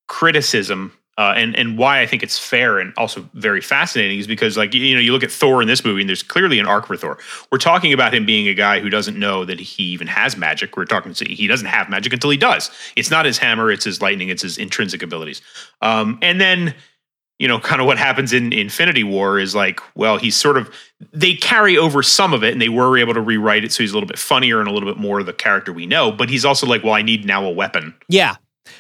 criticism uh, and and why I think it's fair and also very fascinating is because like you know you look at Thor in this movie and there's clearly an arc for Thor. We're talking about him being a guy who doesn't know that he even has magic. We're talking to, he doesn't have magic until he does. It's not his hammer, it's his lightning, it's his intrinsic abilities. Um, and then you know <laughs> kind of what happens in Infinity War is like well he's sort of they carry over some of it and they were able to rewrite it so he's a little bit funnier and a little bit more of the character we know. But he's also like well I need now a weapon.
Yeah.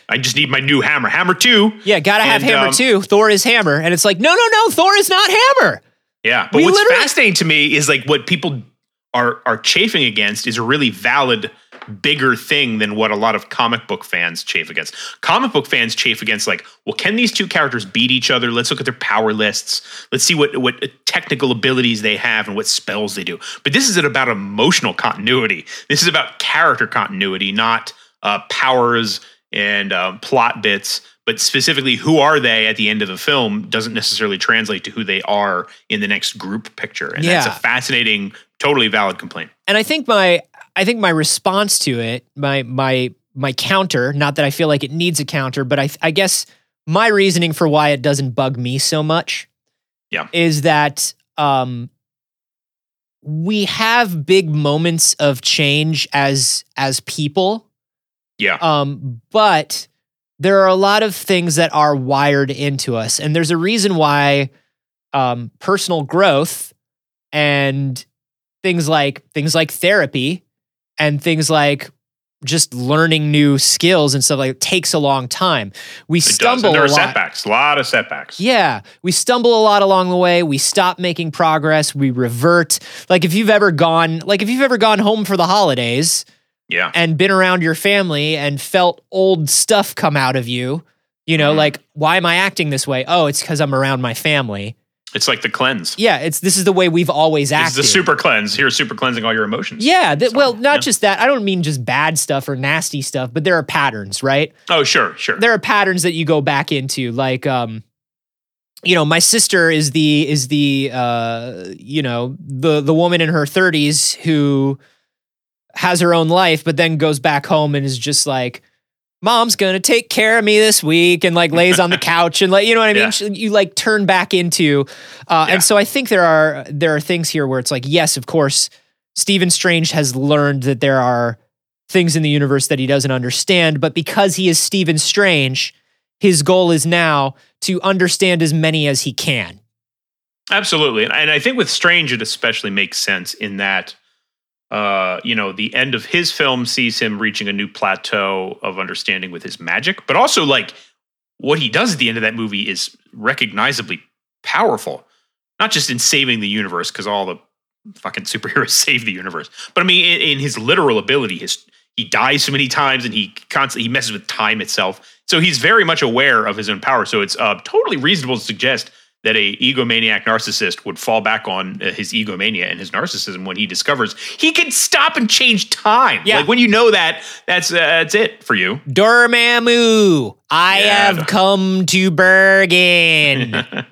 I just need my new hammer. Hammer two.
Yeah, gotta have
And,
Hammer
um,
too. Thor is Hammer, and it's like, no, no, no, Thor is not Hammer.
Yeah, but
We
what's
literally-
fascinating to me is like what people are are chafing against is a really valid bigger thing than what a lot of comic book fans chafe against. Comic book fans chafe against like, well, can these two characters beat each other? Let's look at their power lists. Let's see what what technical abilities they have and what spells they do. But this is about emotional continuity. This is about character continuity, not uh, powers and um, plot bits, but specifically who are they at the end of the film doesn't necessarily translate to who they are in the next group picture. And that's
Yeah.
a fascinating, totally valid complaint.
And I think my, I think my response to it, my, my, my counter. Not that I feel like it needs a counter, but I, I guess my reasoning for why it doesn't bug me so much,
Yeah.
is that um, we have big moments of change as as people,
Yeah.
Um, but there are a lot of things that are wired into us, and there's a reason why um, personal growth and things like things like therapy and things like just learning new skills and stuff like takes a long time. We
it does.
stumble
And there
a
are
lot.
setbacks, a lot of setbacks.
Yeah, we stumble a lot along the way. We stop making progress. We revert. Like if you've ever gone, like if you've ever gone home for the holidays,
Yeah.
and been around your family and felt old stuff come out of you, you know,
Mhm.
like why am I acting this way? Oh, it's because I'm around my family.
It's like the cleanse.
Yeah, it's this is the way we've always
This is
acted.
the super cleanse. Here's super cleansing all your emotions.
yeah, that,
So,
well, not
yeah.
just that. I don't mean just bad stuff or nasty stuff, but there are patterns, right?
Oh, sure, sure.
There are patterns that you go back into, like um, you know, my sister is the is the uh, you know, the the woman in her 30s who has her own life, but then goes back home and is just like, "Mom's gonna take care of me this week," and like lays
<laughs>
on the couch and like, you know what I mean?
Yeah.
She- You like turn back into, uh,
Yeah.
and so I think there are there are things here where it's like, yes, of course, Stephen Strange has learned that there are things in the universe that he doesn't understand, but because he is Stephen Strange, his goal is now to understand as many as he can.
Absolutely. And, and I think with Strange, it especially makes sense in that, uh, you know, the end of his film sees him reaching a new plateau of understanding with his magic, but also like what he does at the end of that movie is recognizably powerful, not just in saving the universe, because all the fucking superheroes <laughs> save the universe, but I mean, in, in his literal ability, his. He dies so many times, and he constantly he messes with time itself. So he's very much aware of his own power. So it's uh, totally reasonable to suggest that a egomaniac narcissist would fall back on uh, his egomania and his narcissism when he discovers he can stop and change time.
Yeah.
Like when you know that, that's uh, that's it for you.
Dormammu, I
Yeah.
have come to
<laughs>
Bergen. my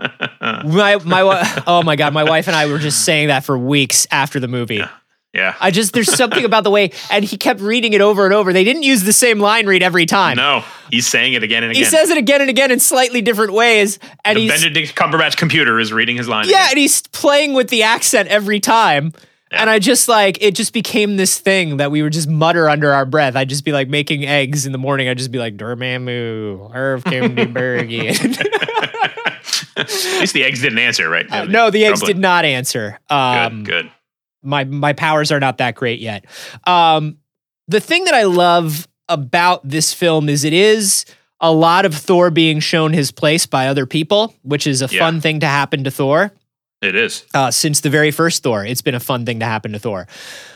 my wi- oh my god, my wife and I were just saying that for weeks after the movie.
yeah.
I just there's something about the way, and he kept reading it over and over. They didn't use the same line read every time.
no, he's saying it again and
He
again.
says it again and again in slightly different ways, and
the
he's
Benedict Cumberbatch computer is reading his line.
yeah,
again.
and he's playing with the accent every time. And I just like it just became this thing that we would just mutter under our breath. I'd just be like making eggs in the morning. I'd just be like Dormammu, Irv
<laughs>
Kimdenbergian.
At least the eggs didn't answer, right?
Uh, <laughs> no, the eggs
Grumbling.
did not answer. Um,
Good, good.
my my powers are not that great yet. Um, the thing that I love about this film is it is a lot of Thor being shown his place by other people, which is a
Yeah.
fun thing to happen to Thor
It is.
uh, since the very first Thor. It's been a fun thing to happen to Thor.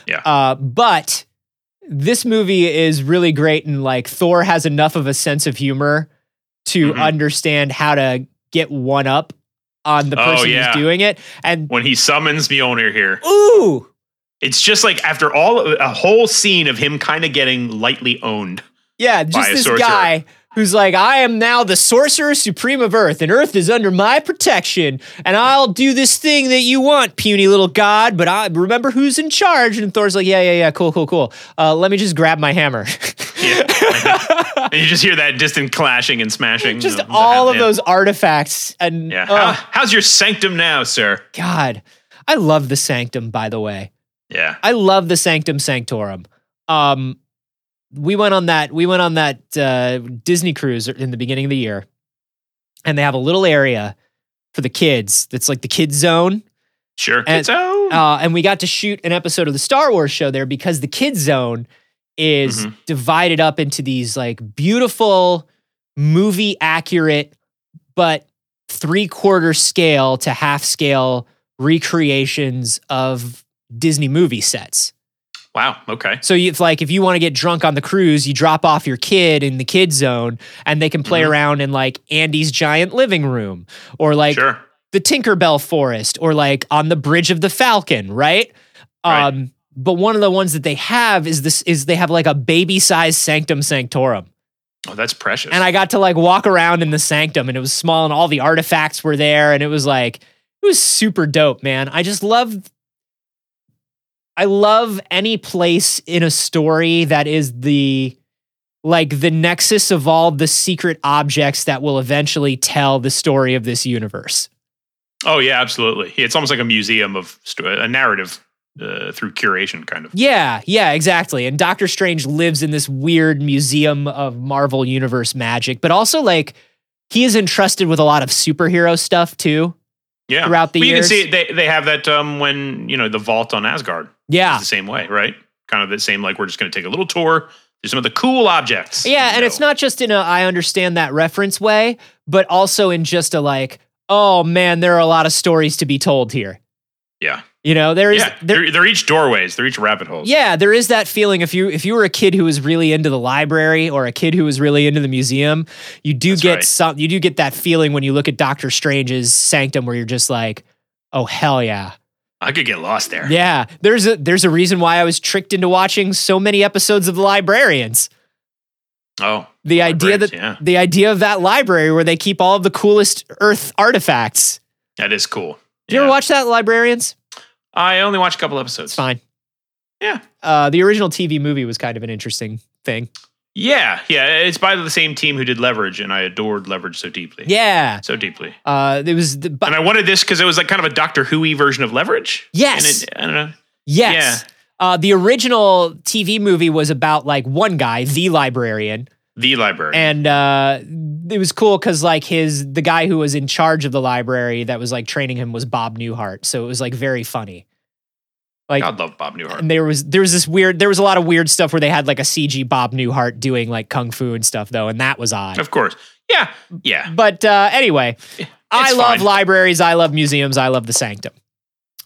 Yeah.
Uh, but this movie is really great, and like Thor has enough of a sense of humor to
Mhm.
understand how to get one up on the
Oh,
person
yeah.
who's doing it. And
When he summons Mjolnir here,
ooh,
it's just like after all a whole scene of him kind of getting
<laughs>
lightly owned.
Yeah, just
a
this
sorcerer.
guy who's like, I am now the sorcerer supreme of Earth, and Earth is under my protection, and I'll do this thing that you want, puny little god. But I remember who's in charge. And Thor's like, Yeah, yeah, yeah, cool, cool, cool. Uh, let me just grab my hammer.
Yeah.
<laughs>
and you just hear that distant clashing and smashing.
Just
the- the
all
hat-
of
yeah.
those artifacts and
Yeah.
oh,
How, how's your sanctum now, sir?
God, I love the Sanctum. By the way,
Yeah.
I love the Sanctum Sanctorum. Um, we went on that we went on that uh, Disney cruise in the beginning of the year, and they have a little area for the kids that's like the kids zone.
Sure.
And-
it's oh.
Uh, and we got to shoot an episode of the Star Wars show there because the kids zone is
Mhm.
divided up into these like beautiful movie accurate but three quarter scale to half scale recreations of Disney movie sets.
wow. Okay.
So you- if like if you want to get drunk on the cruise, you drop off your kid in the kid zone and they can play
Mhm.
around in like Andy's giant living room or like
sure.
the Tinkerbell forest or like on the bridge of the Falcon, right?
Right.
Um but one of the ones that they have is this is they have like a baby sized sanctum sanctorum.
Oh, that's precious.
And I got to like walk around in the sanctum and it was small and all the artifacts were there and it was like it was super dope, man. I just love I love any place in a story that is the like the nexus of all the secret objects that will eventually tell the story of this universe.
oh yeah, absolutely. Yeah, It's almost like a museum of sto- a narrative uh, through curation, kind of.
Yeah, yeah, exactly. And Doctor Strange lives in this weird museum of Marvel Universe magic, but also like he is entrusted with a lot of superhero stuff too
Yeah.
throughout the
But you can
years.
see they they have that um, when you know the vault on Asgard.
yeah.
It's the same way, right? Kind of the same. Like we're just going to take a little tour. through some of the cool objects.
Yeah,
you
and
know.
it's not just in a I understand that reference way, but also in just a like, oh man, there are a lot of stories to be told here.
Yeah.
You know, there is
Yeah.
there,
They're, they're each doorways. They're each rabbit holes.
Yeah, there is that feeling if you if you were a kid who was really into the library or a kid who was really into the museum, you do
That's
get
right.
some you do get that feeling when you look at Doctor Strange's sanctum where you're just like, "Oh hell yeah."
I could get lost there.
Yeah, there's a there's a reason why I was tricked into watching so many episodes of The Librarians.
Oh,
The idea
libraries,
that
yeah,
the idea of that library where they keep all of the coolest earth artifacts.
that is cool.
Did you
Yeah.
ever watch that Librarians?
I only watched a couple episodes.
It's fine.
Yeah.
Uh, the original TV movie was kind of an interesting thing.
Yeah, yeah. It's by the same team who did Leverage, and I adored Leverage so deeply.
Yeah.
so deeply.
Uh, it was the, but
And I wanted this because it was like kind of a Doctor Who-y version of Leverage.
Yes.
And it, I don't know.
Yes. Uh, the original TV movie was about like one guy, the librarian,
The library.
and uh, it was cool because like his the guy who was in charge of the library that was like training him was Bob Newhart, so it was like very funny. Like,
God love Bob Newhart.
and there was there was this weird there was a lot of weird stuff where they had like a CG Bob Newhart doing like kung fu and stuff though, and that was odd.
Of course. Yeah. Yeah.
But uh, anyway, I love
fine.
libraries, I love museums, I love the sanctum.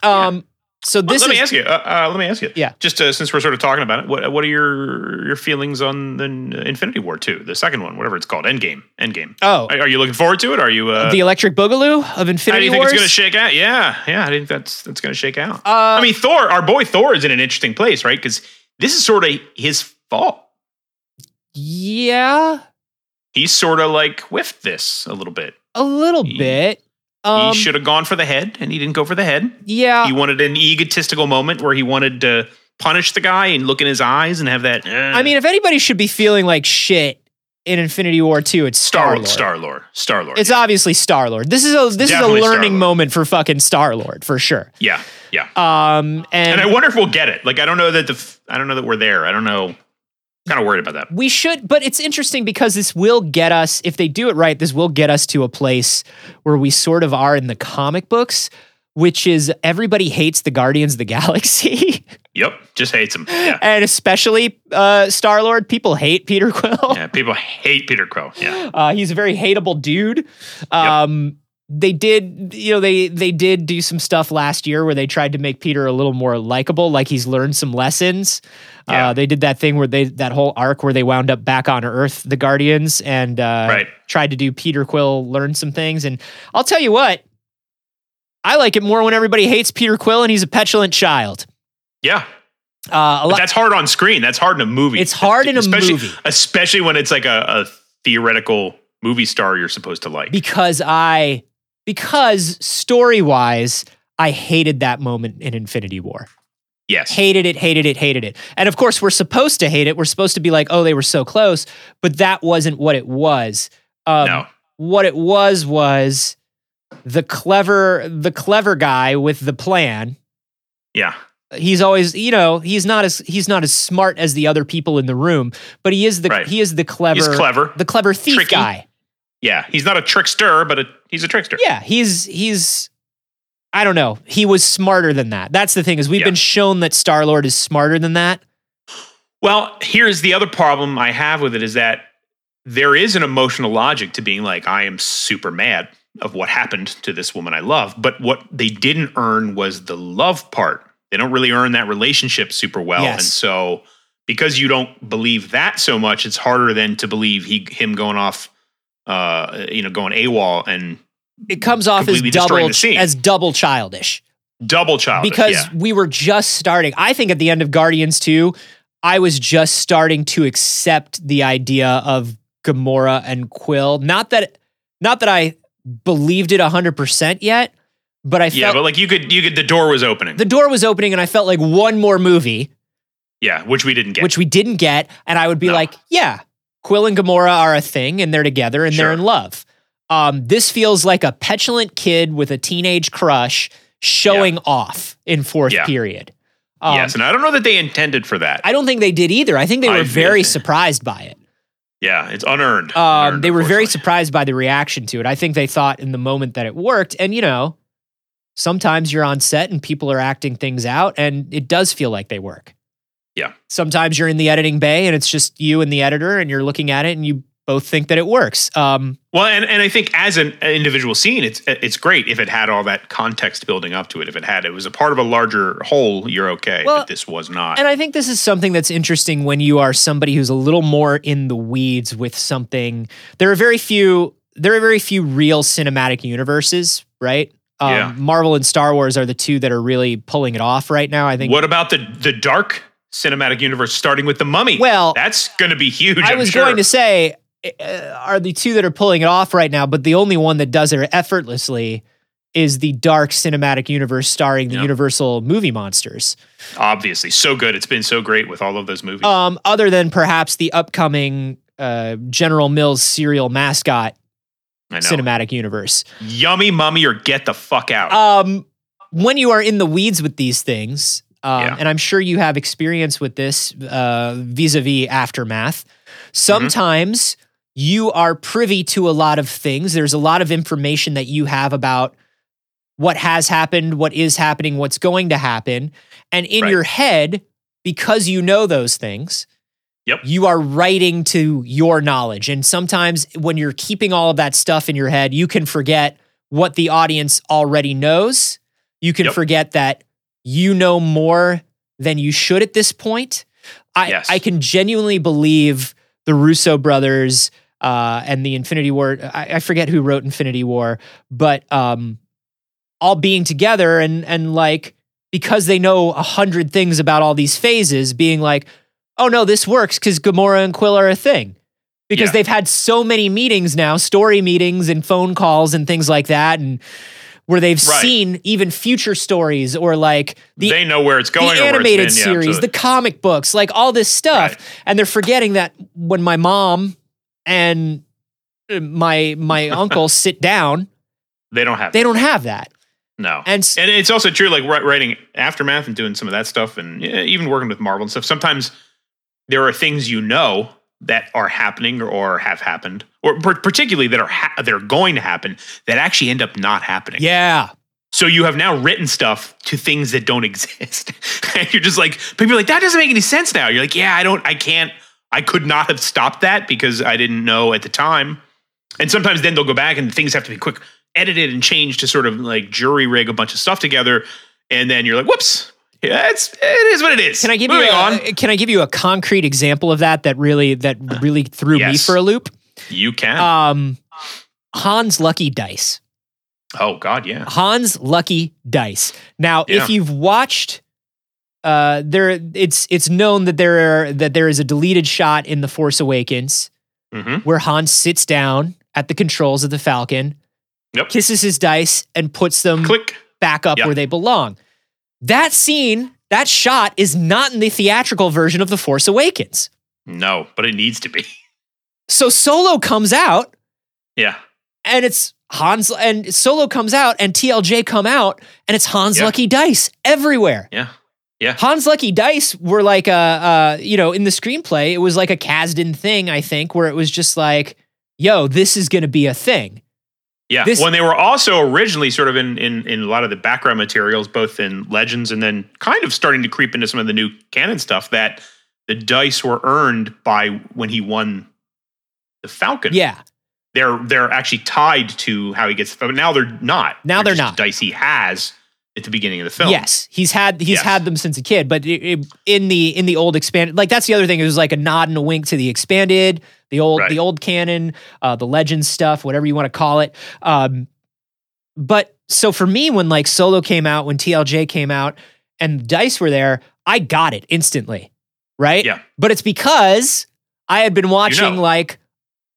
Um, so
Well,
this
let
is
me ask you. Uh, uh, let me ask you.
Yeah.
Just uh, since we're sort of talking about it, what what are your your feelings on the uh, Infinity War two, the second one, whatever it's called, Endgame. Endgame.
oh
Are, are you looking forward to it? Are you? Uh,
the Electric Boogaloo of
how do
Infinity
you think
Wars.
it's going to shake out? Yeah. Yeah. I think that's that's going to shake out.
Uh,
I mean, Thor, our boy Thor is in an interesting place, right? Because this is sort of his fault.
yeah,
He's sort of like whiffed this a little bit.
a little
He-
bit. Um, Uh,
he should have gone for the head, and he didn't go for the head.
yeah,
he wanted an egotistical moment where he wanted to punish the guy and look in his eyes and have that. eh.
I mean, if anybody should be feeling like shit in Infinity War Two, it's Star
Star
Lord.
Star Lord, Star Lord.
It's obviously Star Lord. This is a this is a
Definitely
learning
Star-Lord.
moment for fucking Star Lord for sure.
yeah, yeah.
Um, and,
And I wonder if we'll get it. Like, I don't know that the. f- I don't know that we're there. I don't know. Kind of worried about that.
we should, but it's interesting because this will get us if they do it right. This will get us to a place where we sort of are in the comic books, which is everybody hates the Guardians of the <laughs> Galaxy.
Yep, just hates him. Yeah,
and especially uh, Star Lord. People hate Peter Quill.
yeah. People hate Peter Crow. Yeah,
Uh, he's a very hateable dude. Um, They did, you know, they they did do some stuff last year where they tried to make Peter a little more likable, like he's learned some lessons.
Yeah.
Uh, they did that thing where they that whole arc where they wound up back on Earth, the Guardians, and uh,
Right.
tried to do Peter Quill learn some things. And I'll tell you what, I like it more when everybody hates Peter Quill and he's a petulant child.
yeah.
Uh, a
But
lot,
that's hard on screen. That's hard in a movie.
it's hard in a
especially,
movie.
especially when it's like a, a theoretical movie star you're supposed to like.
because I because story wise, I hated that moment in Infinity War.
Yes.
hated it, hated it, hated it. And of course, we're supposed to hate it. We're supposed to be like, oh, they were so close, but that wasn't what it was. Um,
no.
What it was was the clever, the clever guy with the plan.
Yeah.
He's always, you know, he's not as he's not as smart as the other people in the room, but he is the
Right.
he is the clever,
He's clever.
the clever thief
Tricky.
guy.
Yeah. He's not a trickster, but a, he's a trickster.
Yeah, he's he's I don't know. He was smarter than that. That's the thing is we've
Yeah.
been shown that Star Lord is smarter than that.
Well, here's the other problem I have with it is that there is an emotional logic to being like, I am super mad of what happened to this woman I love. But what they didn't earn was the love part. They don't really earn that relationship super well.
Yes.
And so because you don't believe that so much, it's harder than to believe he him going off uh you know, going AWOL and
It comes off as
Completely
double
destroying the scene.
as double childish
double child.
because
yeah.
we were just starting. I think at the end of Guardians 2, I was just starting to accept the idea of Gamora and Quill. Not that not that I believed it 100% yet, but I felt
Yeah, but like you could you could the door was opening.
the door was opening and I felt like one more movie
yeah, which we didn't get.
which we didn't get. And I would be
No.
like, yeah, Quill and Gamora are a thing and they're together and they're
Sure.
in love. Um, this feels like a petulant kid with a teenage crush showing off in fourth
Yeah.
period. Um,
yes, and I don't know that they intended for that.
I don't think they did either. I think they were
I-
very surprised by it.
yeah, it's unearned.
Um,
Unearned,
they were very
unfortunately.
surprised by the reaction to it. I think they thought in the moment that it worked. And, you know, sometimes you're on set and people are acting things out and it does feel like they work.
Yeah.
Sometimes you're in the editing bay and it's just you and the editor and you're looking at it and you both think that it works. Um,
Well, and, and I think as an an individual scene, it's it's great if it had all that context building up to it. If it had, it was a part of a larger whole. You're okay,
Well,
but this was not.
and I think this is something that's interesting when you are somebody who's a little more in the weeds with something. There are very few. There are very few real cinematic universes, right? Um,
Yeah.
Marvel and Star Wars are the two that are really pulling it off right now. I think
What about the the dark cinematic universe starting with the Mummy?
Well,
that's going to be huge.
I
I'm
was
sure.
going to say uh, are the two that are pulling it off right now, but the only one that does it effortlessly is the dark cinematic universe starring the
Yeah.
Universal movie monsters.
obviously so good. It's been so great with all of those movies.
Um, other than perhaps the upcoming uh, General Mills serial mascot
I know.
cinematic universe.
Yummy Mummy or get the fuck out.
Um, when you are in the weeds with these things, um,
Yeah.
and I'm sure you have experience with this vis a vis aftermath, sometimes you are privy to a lot of things. There's a lot of information that you have about what has happened, what is happening, what's going to happen. And in
Right.
your head, because you know those things,
Yep.
you are writing to your knowledge. And sometimes when you're keeping all of that stuff in your head, you can forget what the audience already knows. You can
Yep.
forget that you know more than you should at this point. I,
Yes.
I can genuinely believe the Russo brothers uh, and the Infinity War. I, I forget who wrote Infinity War, but um, all being together and and like because they know a hundred things about all these phases, being like, oh no, this works because Gamora and Quill are a thing. Because
Yeah.
they've had so many meetings now, story meetings and phone calls and things like that, and where they've
Right.
seen even future stories or like the
they know where it's going.
the
or where it's
animated
been. Yeah,
series,
absolutely.
the comic books, like all this stuff,
Right.
and they're forgetting that when my mom and uh, my
<laughs>
my uncle sit down,
they don't have
they don't have that.
no.
And s-
And it's also true, like wri- writing aftermath and doing some of that stuff, and yeah, even working with Marvel and stuff. Sometimes there are things you know that are happening or have happened, or par- particularly that are ha- that are going to happen that actually end up not happening.
yeah,
So you have now written stuff to things that don't <laughs> exist, and you're just like people are like that doesn't make any sense now. You're like, yeah, I don't, I can't, I could not have stopped that because I didn't know at the time. And sometimes then they'll go back and things have to be quick edited and changed to sort of like jury rig a bunch of stuff together, and then you're like, whoops, yeah, it's it is what it is.
can I give
Moving
you a, uh,
on?
can I give you a concrete example of that that really that really threw me
Yes.
for a loop?
You can.
Um, Hans Lucky Dice.
oh God, yeah,
Hans Lucky Dice. Now,
Yeah.
if you've watched, uh, there it's it's known that there are, that there is a deleted shot in The Force Awakens
hmm
where Han sits down at the controls of the Falcon,
Yep.
kisses his dice, and puts them
click.
back up
Yeah.
where they belong. That scene That shot is not in the theatrical version of The Force Awakens.
No, but it needs to be. <laughs>
So Solo comes out
Yeah.
and it's Hans and Solo comes out and TLJ come out and it's Hans
Yeah.
Lucky Dice everywhere.
Yeah.
Hans Lucky Dice were like a, uh, you know, in the screenplay, it was like a Kasdan thing, I think, where it was just like, yo, this is going to be a thing.
Yeah.
This-
when they were also originally sort of in, in in a lot of the background materials, both in Legends and then kind of starting to creep into some of the new canon stuff that the dice were earned by when he won the Falcon.
Yeah.
They're they're actually tied to how he gets the Falcon. Now they're not.
Now they're
just
not.
dice he has at the beginning of the film.
Yes. He's had he's
Yes.
had them since a kid, but it, it- in the in the old expanded like that's the other thing. It was like a nod and a wink to the expanded, the old
Right.
the old canon, uh, the legend stuff, whatever you want to call it. Um, but so for me, when like Solo came out, when TLJ came out, and Dice were there, I got it instantly, right?
Yeah.
But it's because I had been watching
know.
like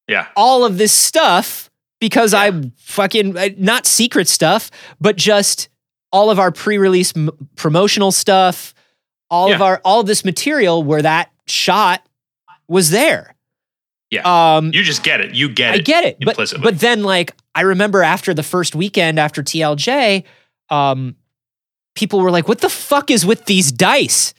Yeah.
all of this stuff because
Yeah.
I fucking uh, not secret stuff, but just all of our pre-release m- promotional stuff, all of
Yeah.
our all of this material where that shot was there.
Yeah.
Um
You just get it. You get
I
it.
get it. But
implicitly.
but then like I remember after the first weekend after TLJ, um people were like what the fuck is with these dice?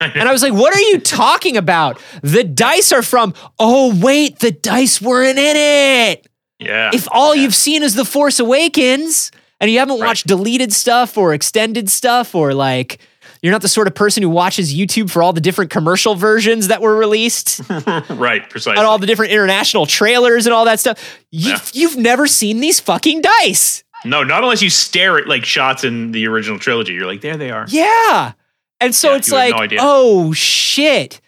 And I was like, what are you talking about? The dice are from, oh, wait, the dice weren't in it
yeah.
if all
Yeah.
you've seen is The Force Awakens and you haven't
Right.
watched deleted stuff or extended stuff or like you're not the sort of person who watches YouTube for all the different commercial versions that were released
<laughs> right, precisely.
and all the different international trailers and all that stuff. You,
Yeah.
You've never seen these fucking dice.
no, not unless you stare at like shots in the original trilogy. You're like, there they are.
Yeah. And so
Yeah,
it's
you had no
like,
idea.
oh shit.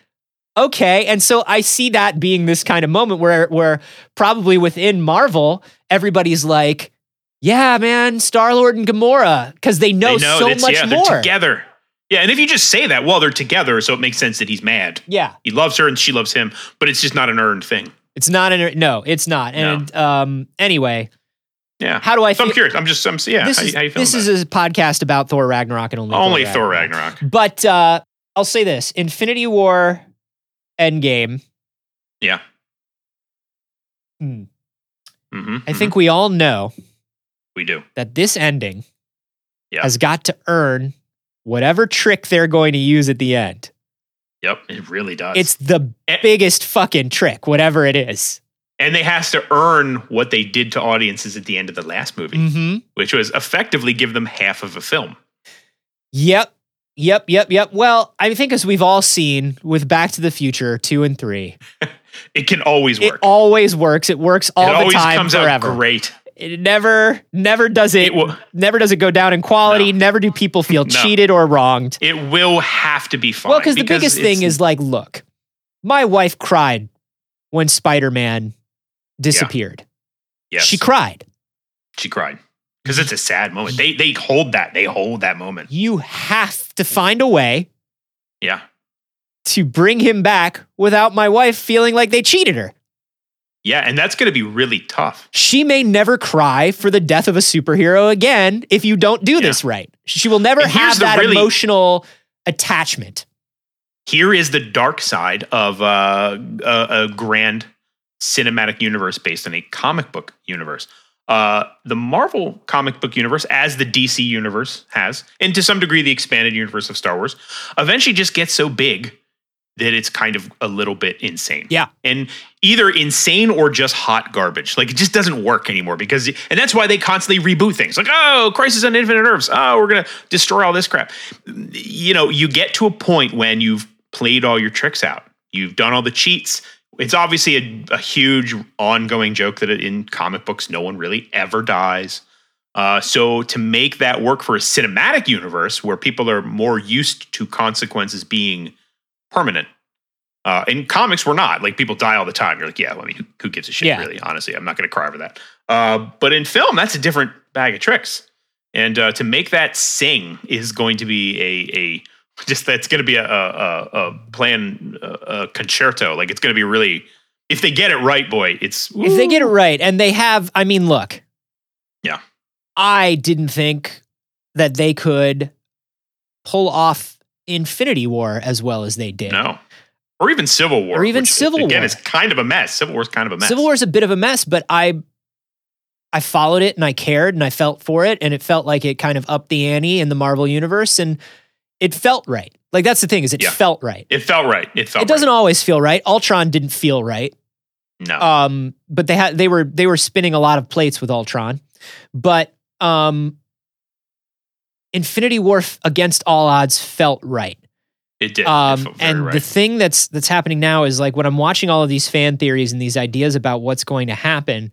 Okay. And so I see that being this kind of moment where where probably within Marvel, everybody's like, yeah, man, Star Lord and Gamora, because they know,
they know
so
that's-
much
yeah, They're
more.
together. Yeah, and if you just say that, well, they're together, so it makes sense that he's mad.
Yeah.
He loves her and she loves him, but it's just not an earned thing.
It's not an no, it's not.
No.
And um anyway,
Yeah.
how do I
so
feel?
I'm curious. I'm just, I'm, yeah.
This
how,
is,
you- how you feeling?
this
about
is a
it?
podcast about Thor Ragnarok and only,
only Thor Ragnarok.
But uh, I'll say this: Infinity War, Endgame.
Yeah.
Hmm.
Mhm,
I
mhm.
think we all know
we do.
that this ending
Yeah.
has got to earn whatever trick they're going to use at the end.
Yep. It really does.
It's the
Eh.
biggest fucking trick, whatever it is.
and they has to earn what they did to audiences at the end of the last movie,
Mm-hmm.
which was effectively give them half of a film.
Yep. Yep. Yep. Yep. Well, I think as we've all seen with Back to the Future two and three,
It can always
it
work.
always works. It works all
it
the
always
time,
comes
forever.
out great.
It never, never does it.
It will.
never does it go down in quality. Never do people feel
<laughs> No.
cheated or wronged.
It will have to be fine.
Well, because the biggest
it's-
thing is like, look, my wife cried when Spider Man disappeared.
yes.
She cried.
She cried because it's a sad moment. They they hold that. They hold that moment.
You have to find a way
Yeah.
to bring him back without my wife feeling like they cheated her.
Yeah, and that's going to be really tough.
She may never cry for the death of a superhero again if you don't do this right. She will never
And here's
have
the
that
really-
emotional attachment.
Here is the dark side of uh, a, a grand cinematic universe based on a comic book universe. Uh, the Marvel comic book universe, as the DC universe has, and to some degree the expanded universe of Star Wars, eventually just gets so big that it's kind of a little bit insane.
Yeah.
And either insane or just hot garbage. Like it just doesn't work anymore because, and that's why they constantly reboot things. Like, oh, Crisis on Infinite Earths. Oh, we're going to destroy all this crap. You know, you get to a point when you've played all your tricks out, you've done all the cheats. It's obviously a, a huge ongoing joke that in comic books, no one really ever dies. Uh, so to make that work for a cinematic universe where people are more used to consequences being permanent. Uh, in comics, we're not like people die all the time. You're like, yeah, well, I mean, who, who gives a shit?
Yeah.
Really, honestly, I'm not going to cry over that. Uh, but in film, that's a different bag of tricks. And uh, to make that sing is going to be a <laughs> a just that's going to be a a, a, a plan a, a concerto. Like it's going to be really if they get it right, boy. It's
If they get it right, and they have, I mean, look.
Yeah.
I didn't think that they could pull off Infinity War as well as they did.
No. Or even Civil War.
Or even Civil
again,
War.
is kind of a mess. Civil War's kind of a mess.
Civil War is a bit of a mess, but I I followed it and I cared and I felt for it and it felt like it kind of upped the ante in the Marvel universe and it felt right. Like that's the thing is it
Yeah.
felt right.
It felt right. It felt
it doesn't
right.
always feel right. Ultron didn't feel right.
No.
Um, but they had they were they were spinning a lot of plates with Ultron, but um, Infinity War f- against all odds felt right.
it did. it
Um,
felt very
and
right.
the thing that's that's happening now is like when I'm watching all of these fan theories and these ideas about what's going to happen,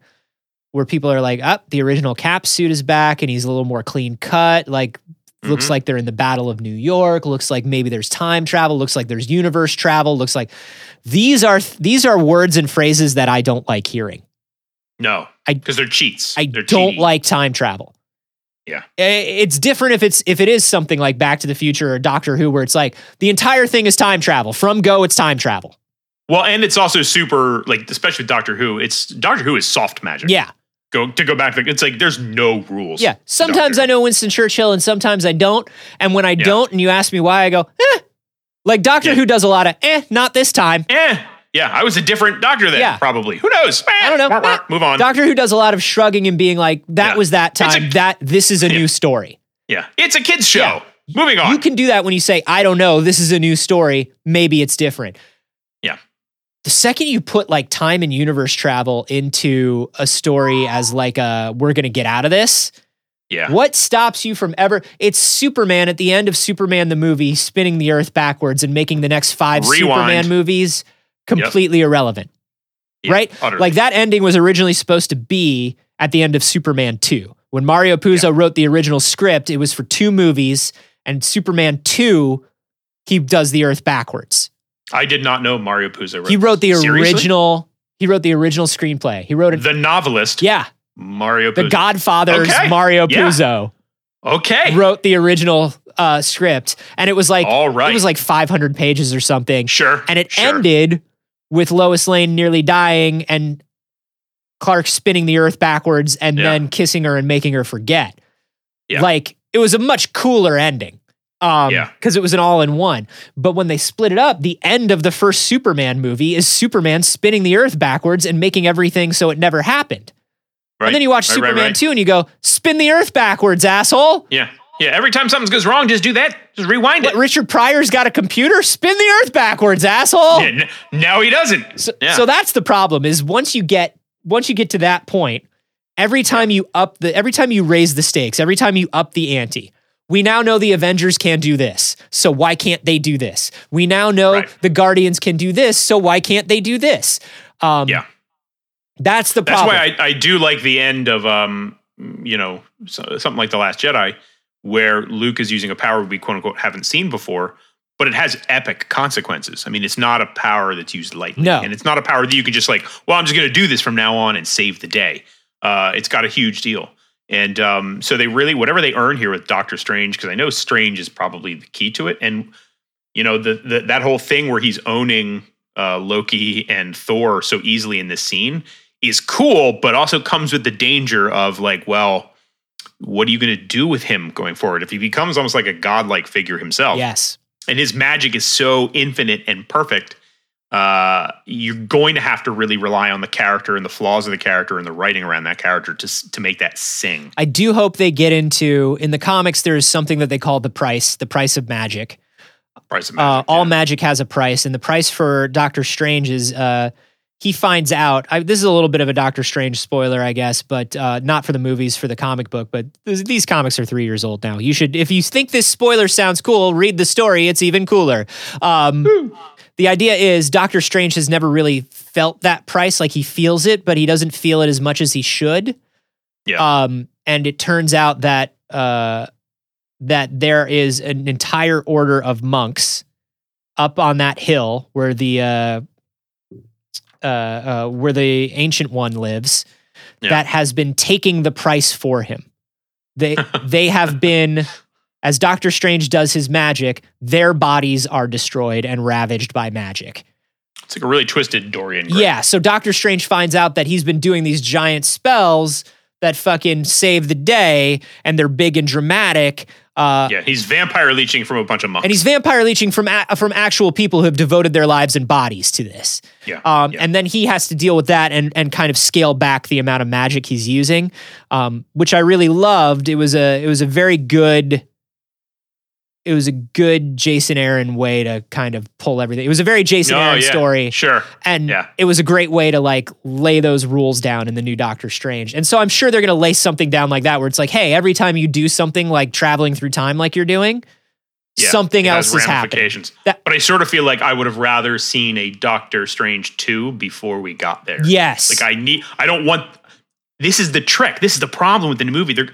where people are like, "Up, the original Cap suit is back, and he's a little more clean cut. Like, looks
Mhm.
like they're in the Battle of New York. Looks like maybe there's time travel. Looks like there's universe travel. Looks like these are these are words and phrases that I don't like hearing.
no.
I-
Because they're cheats.
I
they're
don't
cheaty.
like time travel.
Yeah.
I- It's different if it's if it is something like Back to the Future or Doctor Who where it's like the entire thing is time travel. From go it's time travel.
Well, and it's also super like especially with Doctor Who, it's Doctor Who is soft magic.
Yeah.
Go to go back to it's like there's no rules.
Yeah. Sometimes I know Winston Churchill and sometimes I don't. And when I don't and you ask me why I go, "Eh." Like Doctor
Yeah.
Who does a lot of eh, not this time.
Eh. Yeah, I was a different doctor then,
Yeah.
probably. Who knows?
I don't know.
Wah, wah. Move on.
Doctor Who does a lot of shrugging and being like, that
Yeah.
was that
It's a-
time. that this is a
Yeah.
new story.
yeah. It's a kids show.
Yeah.
Moving on.
You can do that when you say, I don't know, this is a new story. Maybe it's different.
Yeah.
The second you put like time and universe travel into a story as like a we're gonna get out of this,
yeah.
what stops you from ever it's Superman at the end of Superman the movie spinning the earth backwards and making the next five
Rewind.
Superman movies completely irrelevant.
Yeah,
right?
utterly.
Like that ending was originally supposed to be at the end of Superman 2. When Mario Puzo wrote the original script, it was for two movies, and Superman 2, he does the Earth backwards.
I did not know Mario Puzo wrote
He wrote the
this. Seriously?
original. He wrote the original screenplay. He wrote it.
The novelist
yeah,
Mario
the
Puzo.
Godfather's
Okay.
Mario
Yeah.
Puzo
okay.
wrote the original uh, script, and it was like
All right.
it was like 500 pages or something.
sure.
and it
sure.
ended with Lois Lane nearly dying and Clark spinning the earth backwards and
Yeah.
then kissing her and making her forget.
Yeah.
Like it was a much cooler ending. Um
Yeah.
cuz it was an all in one. But when they split it up, the end of the first Superman movie is Superman spinning the earth backwards and making everything so it never happened.
Right.
And then you watch
Right, right,
Superman
right.
2 and you go, "Spin the earth backwards, asshole."
Yeah. Yeah. Every time something goes wrong, just do that. Just rewind
But
it.
Richard Pryor's got a computer. Spin the earth backwards, asshole.
Yeah, n- now he doesn't.
So,
yeah.
so that's the problem is once you get once you get to that point, every time you up the every time you raise the stakes, every time you up the ante, we now know the Avengers can do this. So why can't they do this? We now know
Right.
the Guardians can do this. So why can't they do this? Um,
Yeah.
That's the
That's
problem.
why I, I do like the end of um you know so, something like the Last Jedi, where Luke is using a power we quote unquote haven't seen before, but it has epic consequences. I mean, it's not a power that's used lightly,
No.
and it's not a power that you can just like, well, I'm just going to do this from now on and save the day. Uh, it's got a huge deal. And um, so they really, whatever they earn here with Doctor Strange, because I know Strange is probably the key to it. And you know the, the that whole thing where he's owning uh, Loki and Thor so easily in this scene is cool, but also comes with the danger of like, well, what are you going to do with him going forward if he becomes almost like a godlike figure himself?
yes.
and his magic is so infinite and perfect, uh, you're going to have to really rely on the character and the flaws of the character and the writing around that character to s- to make that sing.
I do hope they get into in the comics there is something that they call the price, the price of magic.
Price of
uh,
magic,
all
yeah.
magic has a price, and the price for Doctor Strange is uh, he finds out. I, this is a little bit of a Doctor Strange spoiler, I guess, but uh, not for the movies, for the comic book. But th- these comics are three years old now. You should, if you think this spoiler sounds cool, read the story. It's even cooler. Um, the idea is Doctor Strange has never really felt that price. Like he feels it, but he doesn't feel it as much as he should.
Yeah.
Um, and it turns out that uh, that there is an entire order of monks up on that hill where the uh, uh, uh, where the ancient one lives
Yeah.
that has been taking the price for him.
<laughs>
They they have been as Doctor Strange does his magic, their bodies are destroyed and ravaged by magic.
It's like a really twisted Dorian. Gray.
Yeah. So Doctor Strange finds out that he's been doing these giant spells that fucking save the day and they're big and dramatic. Uh,
Yeah, he's vampire leeching from a bunch of monks.
and he's vampire leeching from a- from actual people who have devoted their lives and bodies to this.
yeah,
Um,
yeah.
And then he has to deal with that and and kind of scale back the amount of magic he's using, um, which I really loved. It was a it was a very good. It was a good Jason Aaron way to kind of pull everything. It was a very Jason
Oh,
Aaron
yeah.
story
sure.
and
Yeah.
it was a great way to like lay those rules down in the new Doctor Strange. And so I'm sure they're going to lay something down like that where it's like, hey, every time you do something like traveling through time like you're doing,
Yeah,
something
it has
else is happening.
ramifications.
That-
but I sort of feel like I would have rather seen a Doctor Strange two before we got there.
Yes.
Like I need. I don't want. This is the trick. This is the problem with the movie. They're,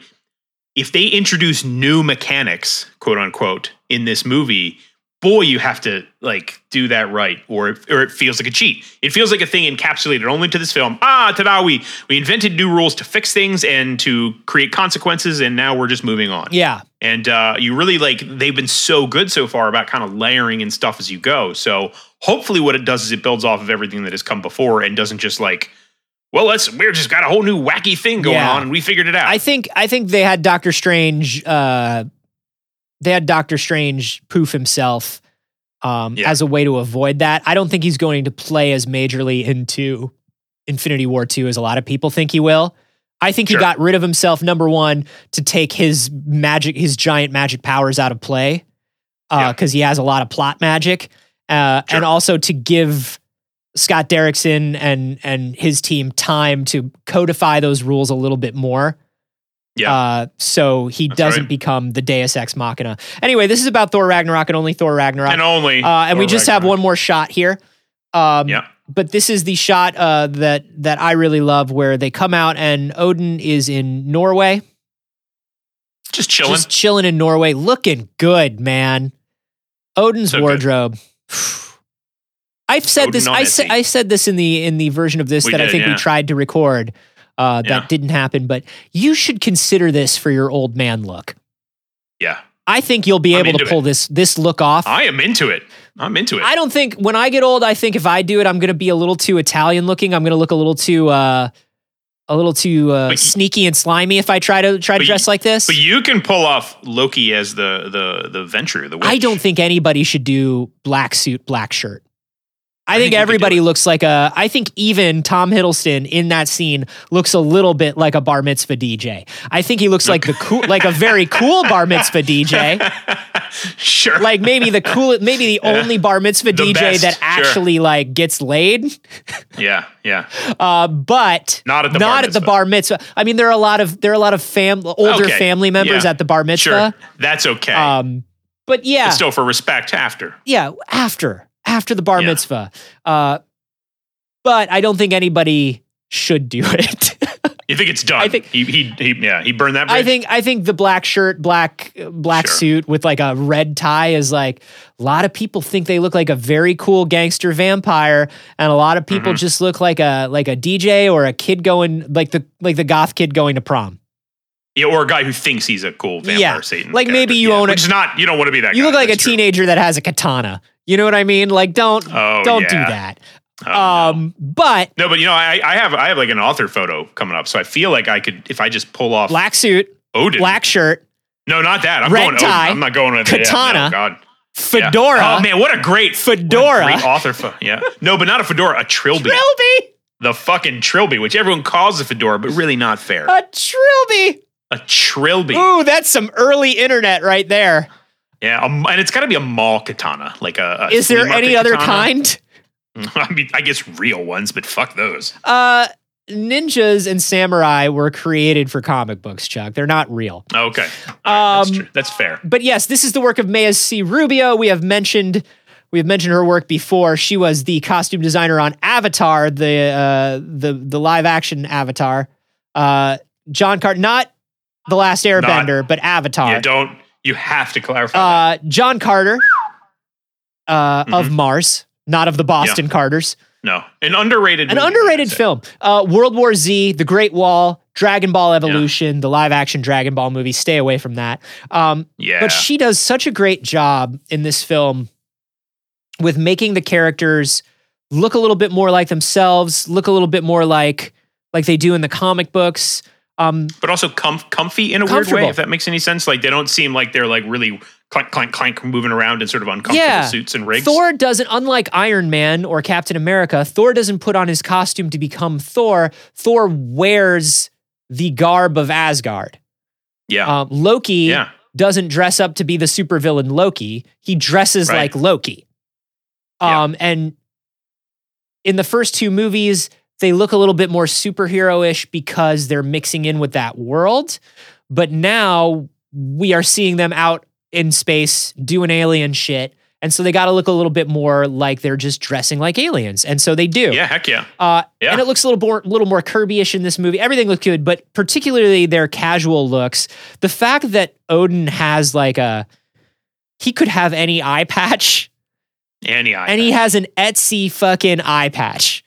if they introduce new mechanics, quote unquote, in this movie, boy, you have to like do that right, or it- or it feels like a cheat. It feels like a thing encapsulated only to this film. Ah, ta-da! We we invented new rules to fix things and to create consequences, and now we're just moving on.
yeah.
And uh, you really like they've been so good so far about kind of layering and stuff as you go. So hopefully, what it does is it builds off of everything that has come before and doesn't just like, well, let's we're just got a whole new wacky thing going
Yeah.
on and we figured it out.
I think I think they had Doctor Strange uh they had Doctor Strange poof himself um
Yeah.
as a way to avoid that. I don't think he's going to play as majorly into Infinity War 2 as a lot of people think he will. I think
Sure.
he got rid of himself number 1 to take his magic his giant magic powers out of play
Yeah.
uh cuz he has a lot of plot magic uh
Sure.
and also to give Scott Derrickson and and his team time to codify those rules a little bit more.
Yeah.
Uh, so he
That's
doesn't
right.
become the Deus Ex Machina. Anyway, this is about Thor Ragnarok and only Thor Ragnarok.
and only,
uh, and we
or
just have
Ragnarok.
one more shot here. Um,
Yeah.
But this is the shot uh, that that I really love, where they come out and Odin is in Norway,
just chilling.
just chilling in Norway, looking good, man. Odin's
So good.
wardrobe. <sighs> I've said
Odin
this.
on
I
Etsy.
said I said this in the in the version of this
We
that I
did,
think we
yeah.
tried to record. Uh,
Yeah.
That didn't happen, but you should consider this for your old man look.
yeah,
I think you'll be
I'm
able to
into
pull this this look off. I,
I am into it. I'm into it.
don't think when I get old, I think if I do it, I'm going to be a little too Italian looking. I'm going to look a little too uh, a little too uh,
But you-
sneaky and slimy if I try to try to
But you-
dress like this.
but you can pull off Loki as the the the venture. The witch.
I don't think anybody should do black suit, black shirt. I,
I
think,
think you could do
everybody
it.
looks like a. I think even Tom Hiddleston in that scene looks a little bit like a bar mitzvah DJ. I think he looks like the cool, like a very cool bar mitzvah
<laughs>
DJ.
sure.
Like maybe the cool, maybe the only bar mitzvah
The
DJ
best,
that
sure.
actually like gets laid.
yeah, yeah.
Uh, but
Not at the
not
bar
at the
mitzvah.
bar mitzvah. I mean, there are a lot of there are a lot of fam older
Okay,
family members
yeah,
at the bar
Sure.
mitzvah.
That's okay.
Um, but yeah,
But still for respect after.
yeah, after after the bar
Yeah.
mitzvah. Uh, but I don't think anybody should do <laughs> it.
You think it's done?
I think-
he, he, he yeah he burned that. Bridge.
I think I think the black shirt, black black
Sure.
suit with like a red tie is like a lot of people think they look like a very cool gangster vampire, and a lot of people
Mhm.
just look like a like a DJ or a kid going like the like the goth kid going to prom.
yeah, or a guy who thinks he's a cool vampire
Yeah.
Satan.
Like, maybe you own a-
it. Which is not you don't want to be that.
You
guy,
look like a
that's true.
teenager that has a katana. You know what I mean? Like don't
Oh,
don't do
yeah.
that.
Oh,
um, but
no. no, but you know I, I have I have like an author photo coming up, so I feel like I could if I just pull off
black suit,
Odin.
black shirt,
no, not that. I'm
red
going
tie,
Odin. I'm not going with yeah, no,
katana,
God. Yeah.
fedora.
Oh man, what a great
Fedora.
Great author photo. Yeah. No, but not a fedora. A trilby.
Trilby,
the fucking trilby, which everyone calls a fedora, but really not fair.
a trilby.
a trilby.
Ooh, that's some early internet right there.
Yeah, um, and it's got to be a mall katana, like a. a
Is there
flea market
any other
katana.
kind?
<laughs> I mean, I guess real ones, but fuck those.
Uh, ninjas and samurai were created for comic books, Chuck. They're not real.
Okay, All right, that's
Um,
true. That's fair.
But yes, this is the work of Maya C. Rubio. We have mentioned we have mentioned her work before. She was the costume designer on Avatar, the uh, the the live action Avatar. Uh, John Carter, not the Last Airbender, but Avatar.
You don't. You have to clarify. that.
uh, John Carter uh, of Mars, not of the Boston Carters.
No, an underrated.
An
movie,
underrated
I'd say.
film. Uh, World War Z, The Great Wall, Dragon Ball Evolution, the live action Dragon Ball movie. Stay away from that. Um,
Yeah,
But she does such a great job in this film with making the characters look a little bit more like themselves, look a little bit more like like they do in the comic books. Um,
but also comf- comfy in a weird way.
Comfortable.
If that makes any sense, like they don't seem like they're like really clank clank clank moving around in sort of uncomfortable
Yeah.
suits and rigs.
Thor doesn't, unlike Iron Man or Captain America, Thor doesn't put on his costume to become Thor. Thor wears the garb of Asgard.
yeah,
Um, Loki
yeah,
doesn't dress up to be the supervillain Loki. He dresses
Right.
like Loki.
Yeah.
Um, And in the first two movies, they look a little bit more superhero ish because they're mixing in with that world. But now we are seeing them out in space doing alien shit. And so they got to look a little bit more like they're just dressing like aliens. And so they do.
yeah, heck yeah,
Uh,
Yeah.
And it looks a little more, little more Kirby-ish in this movie. Everything looked good, but particularly their casual looks. The fact that Odin has like a, he could have any eye patch,
any eye
and he has an Etsy fucking eye patch.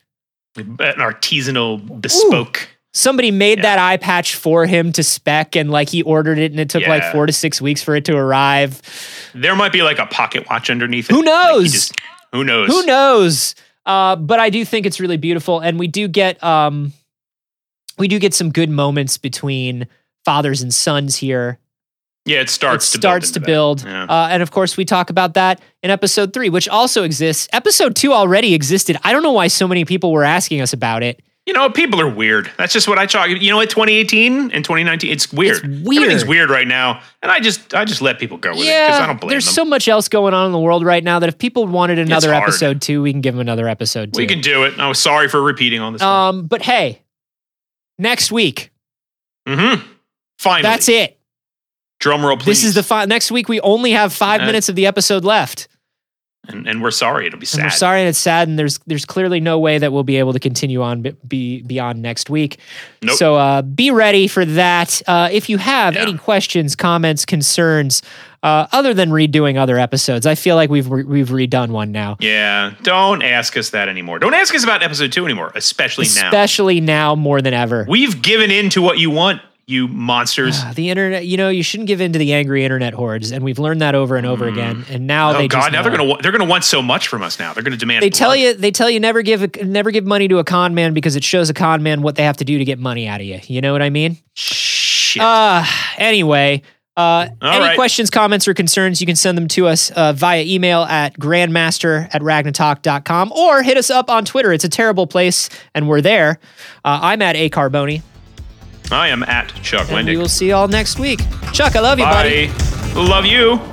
an artisanal bespoke.
Somebody made
Yeah.
that eye patch for him to spec, and like he ordered it, and it took like
Yeah.
four to six weeks for it to arrive.
<laughs> There might be like a pocket watch underneath it.
Who
Like, he
knows?
just- who knows?
Who knows? Uh, but I do think it's really beautiful, and we do get um, we do get some good moments between fathers and sons here.
Yeah, it starts.
it
to
starts to
build into
build.
that. Yeah.
Uh, and of course, we talk about that in episode three, which also exists. Episode two already existed. I don't know why so many people were asking us about it.
You know, people are weird. That's just what I talk. You know, at 2018 and 2019, it's weird.
It's weird.
Everything's weird right now, and I just, I just let people go with it because I don't blame
there's
them.
so much else going on in the world right now that if people wanted another
hard.
episode two, we can give them another episode two.
we can do it. I was sorry for repeating all this. stuff.
um, but hey, next week,
mm-hmm. Finally,
that's it.
Drum roll, please.
This is the fi- next week. We only have five
Uh,
minutes of the episode left.
and, and we're sorry. It'll be
And
sad.
we're sorry, and it's sad, and there's there's clearly no way that we'll be able to continue on be, be beyond next week.
Nope.
So uh, be ready for that. Uh, if you have
Yeah.
any questions, comments, concerns, uh, other than redoing other episodes, I feel like we've re- we've redone one now.
Yeah, don't ask us that anymore. Don't ask us about episode two anymore, especially now.
Especially now more than ever.
We've given in to what you want, you monsters.
Ah, the internet, you know, you shouldn't give in to the angry internet hordes, and we've learned that over and over again. And now <sighs>
oh
they
God,
just
now
know.
they're gonna wa- they're gonna want so much from us. Now they're gonna demand.
They tell
blood.
you they tell you never give a, never give money to a con man because it shows a con man what they have to do to get money out of you. You know what I mean?
Shit.
Uh, anyway, uh,
All
any
right.
questions, comments, or concerns, you can send them to us uh, via email at grandmaster at ragnatalk.com or hit us up on Twitter. It's a terrible place, and we're there. Uh, I'm at A Carboni,
I am at Chuck
and we
Wendig.
will see you all next week. Chuck, I love you, buddy.
Bye. Love you.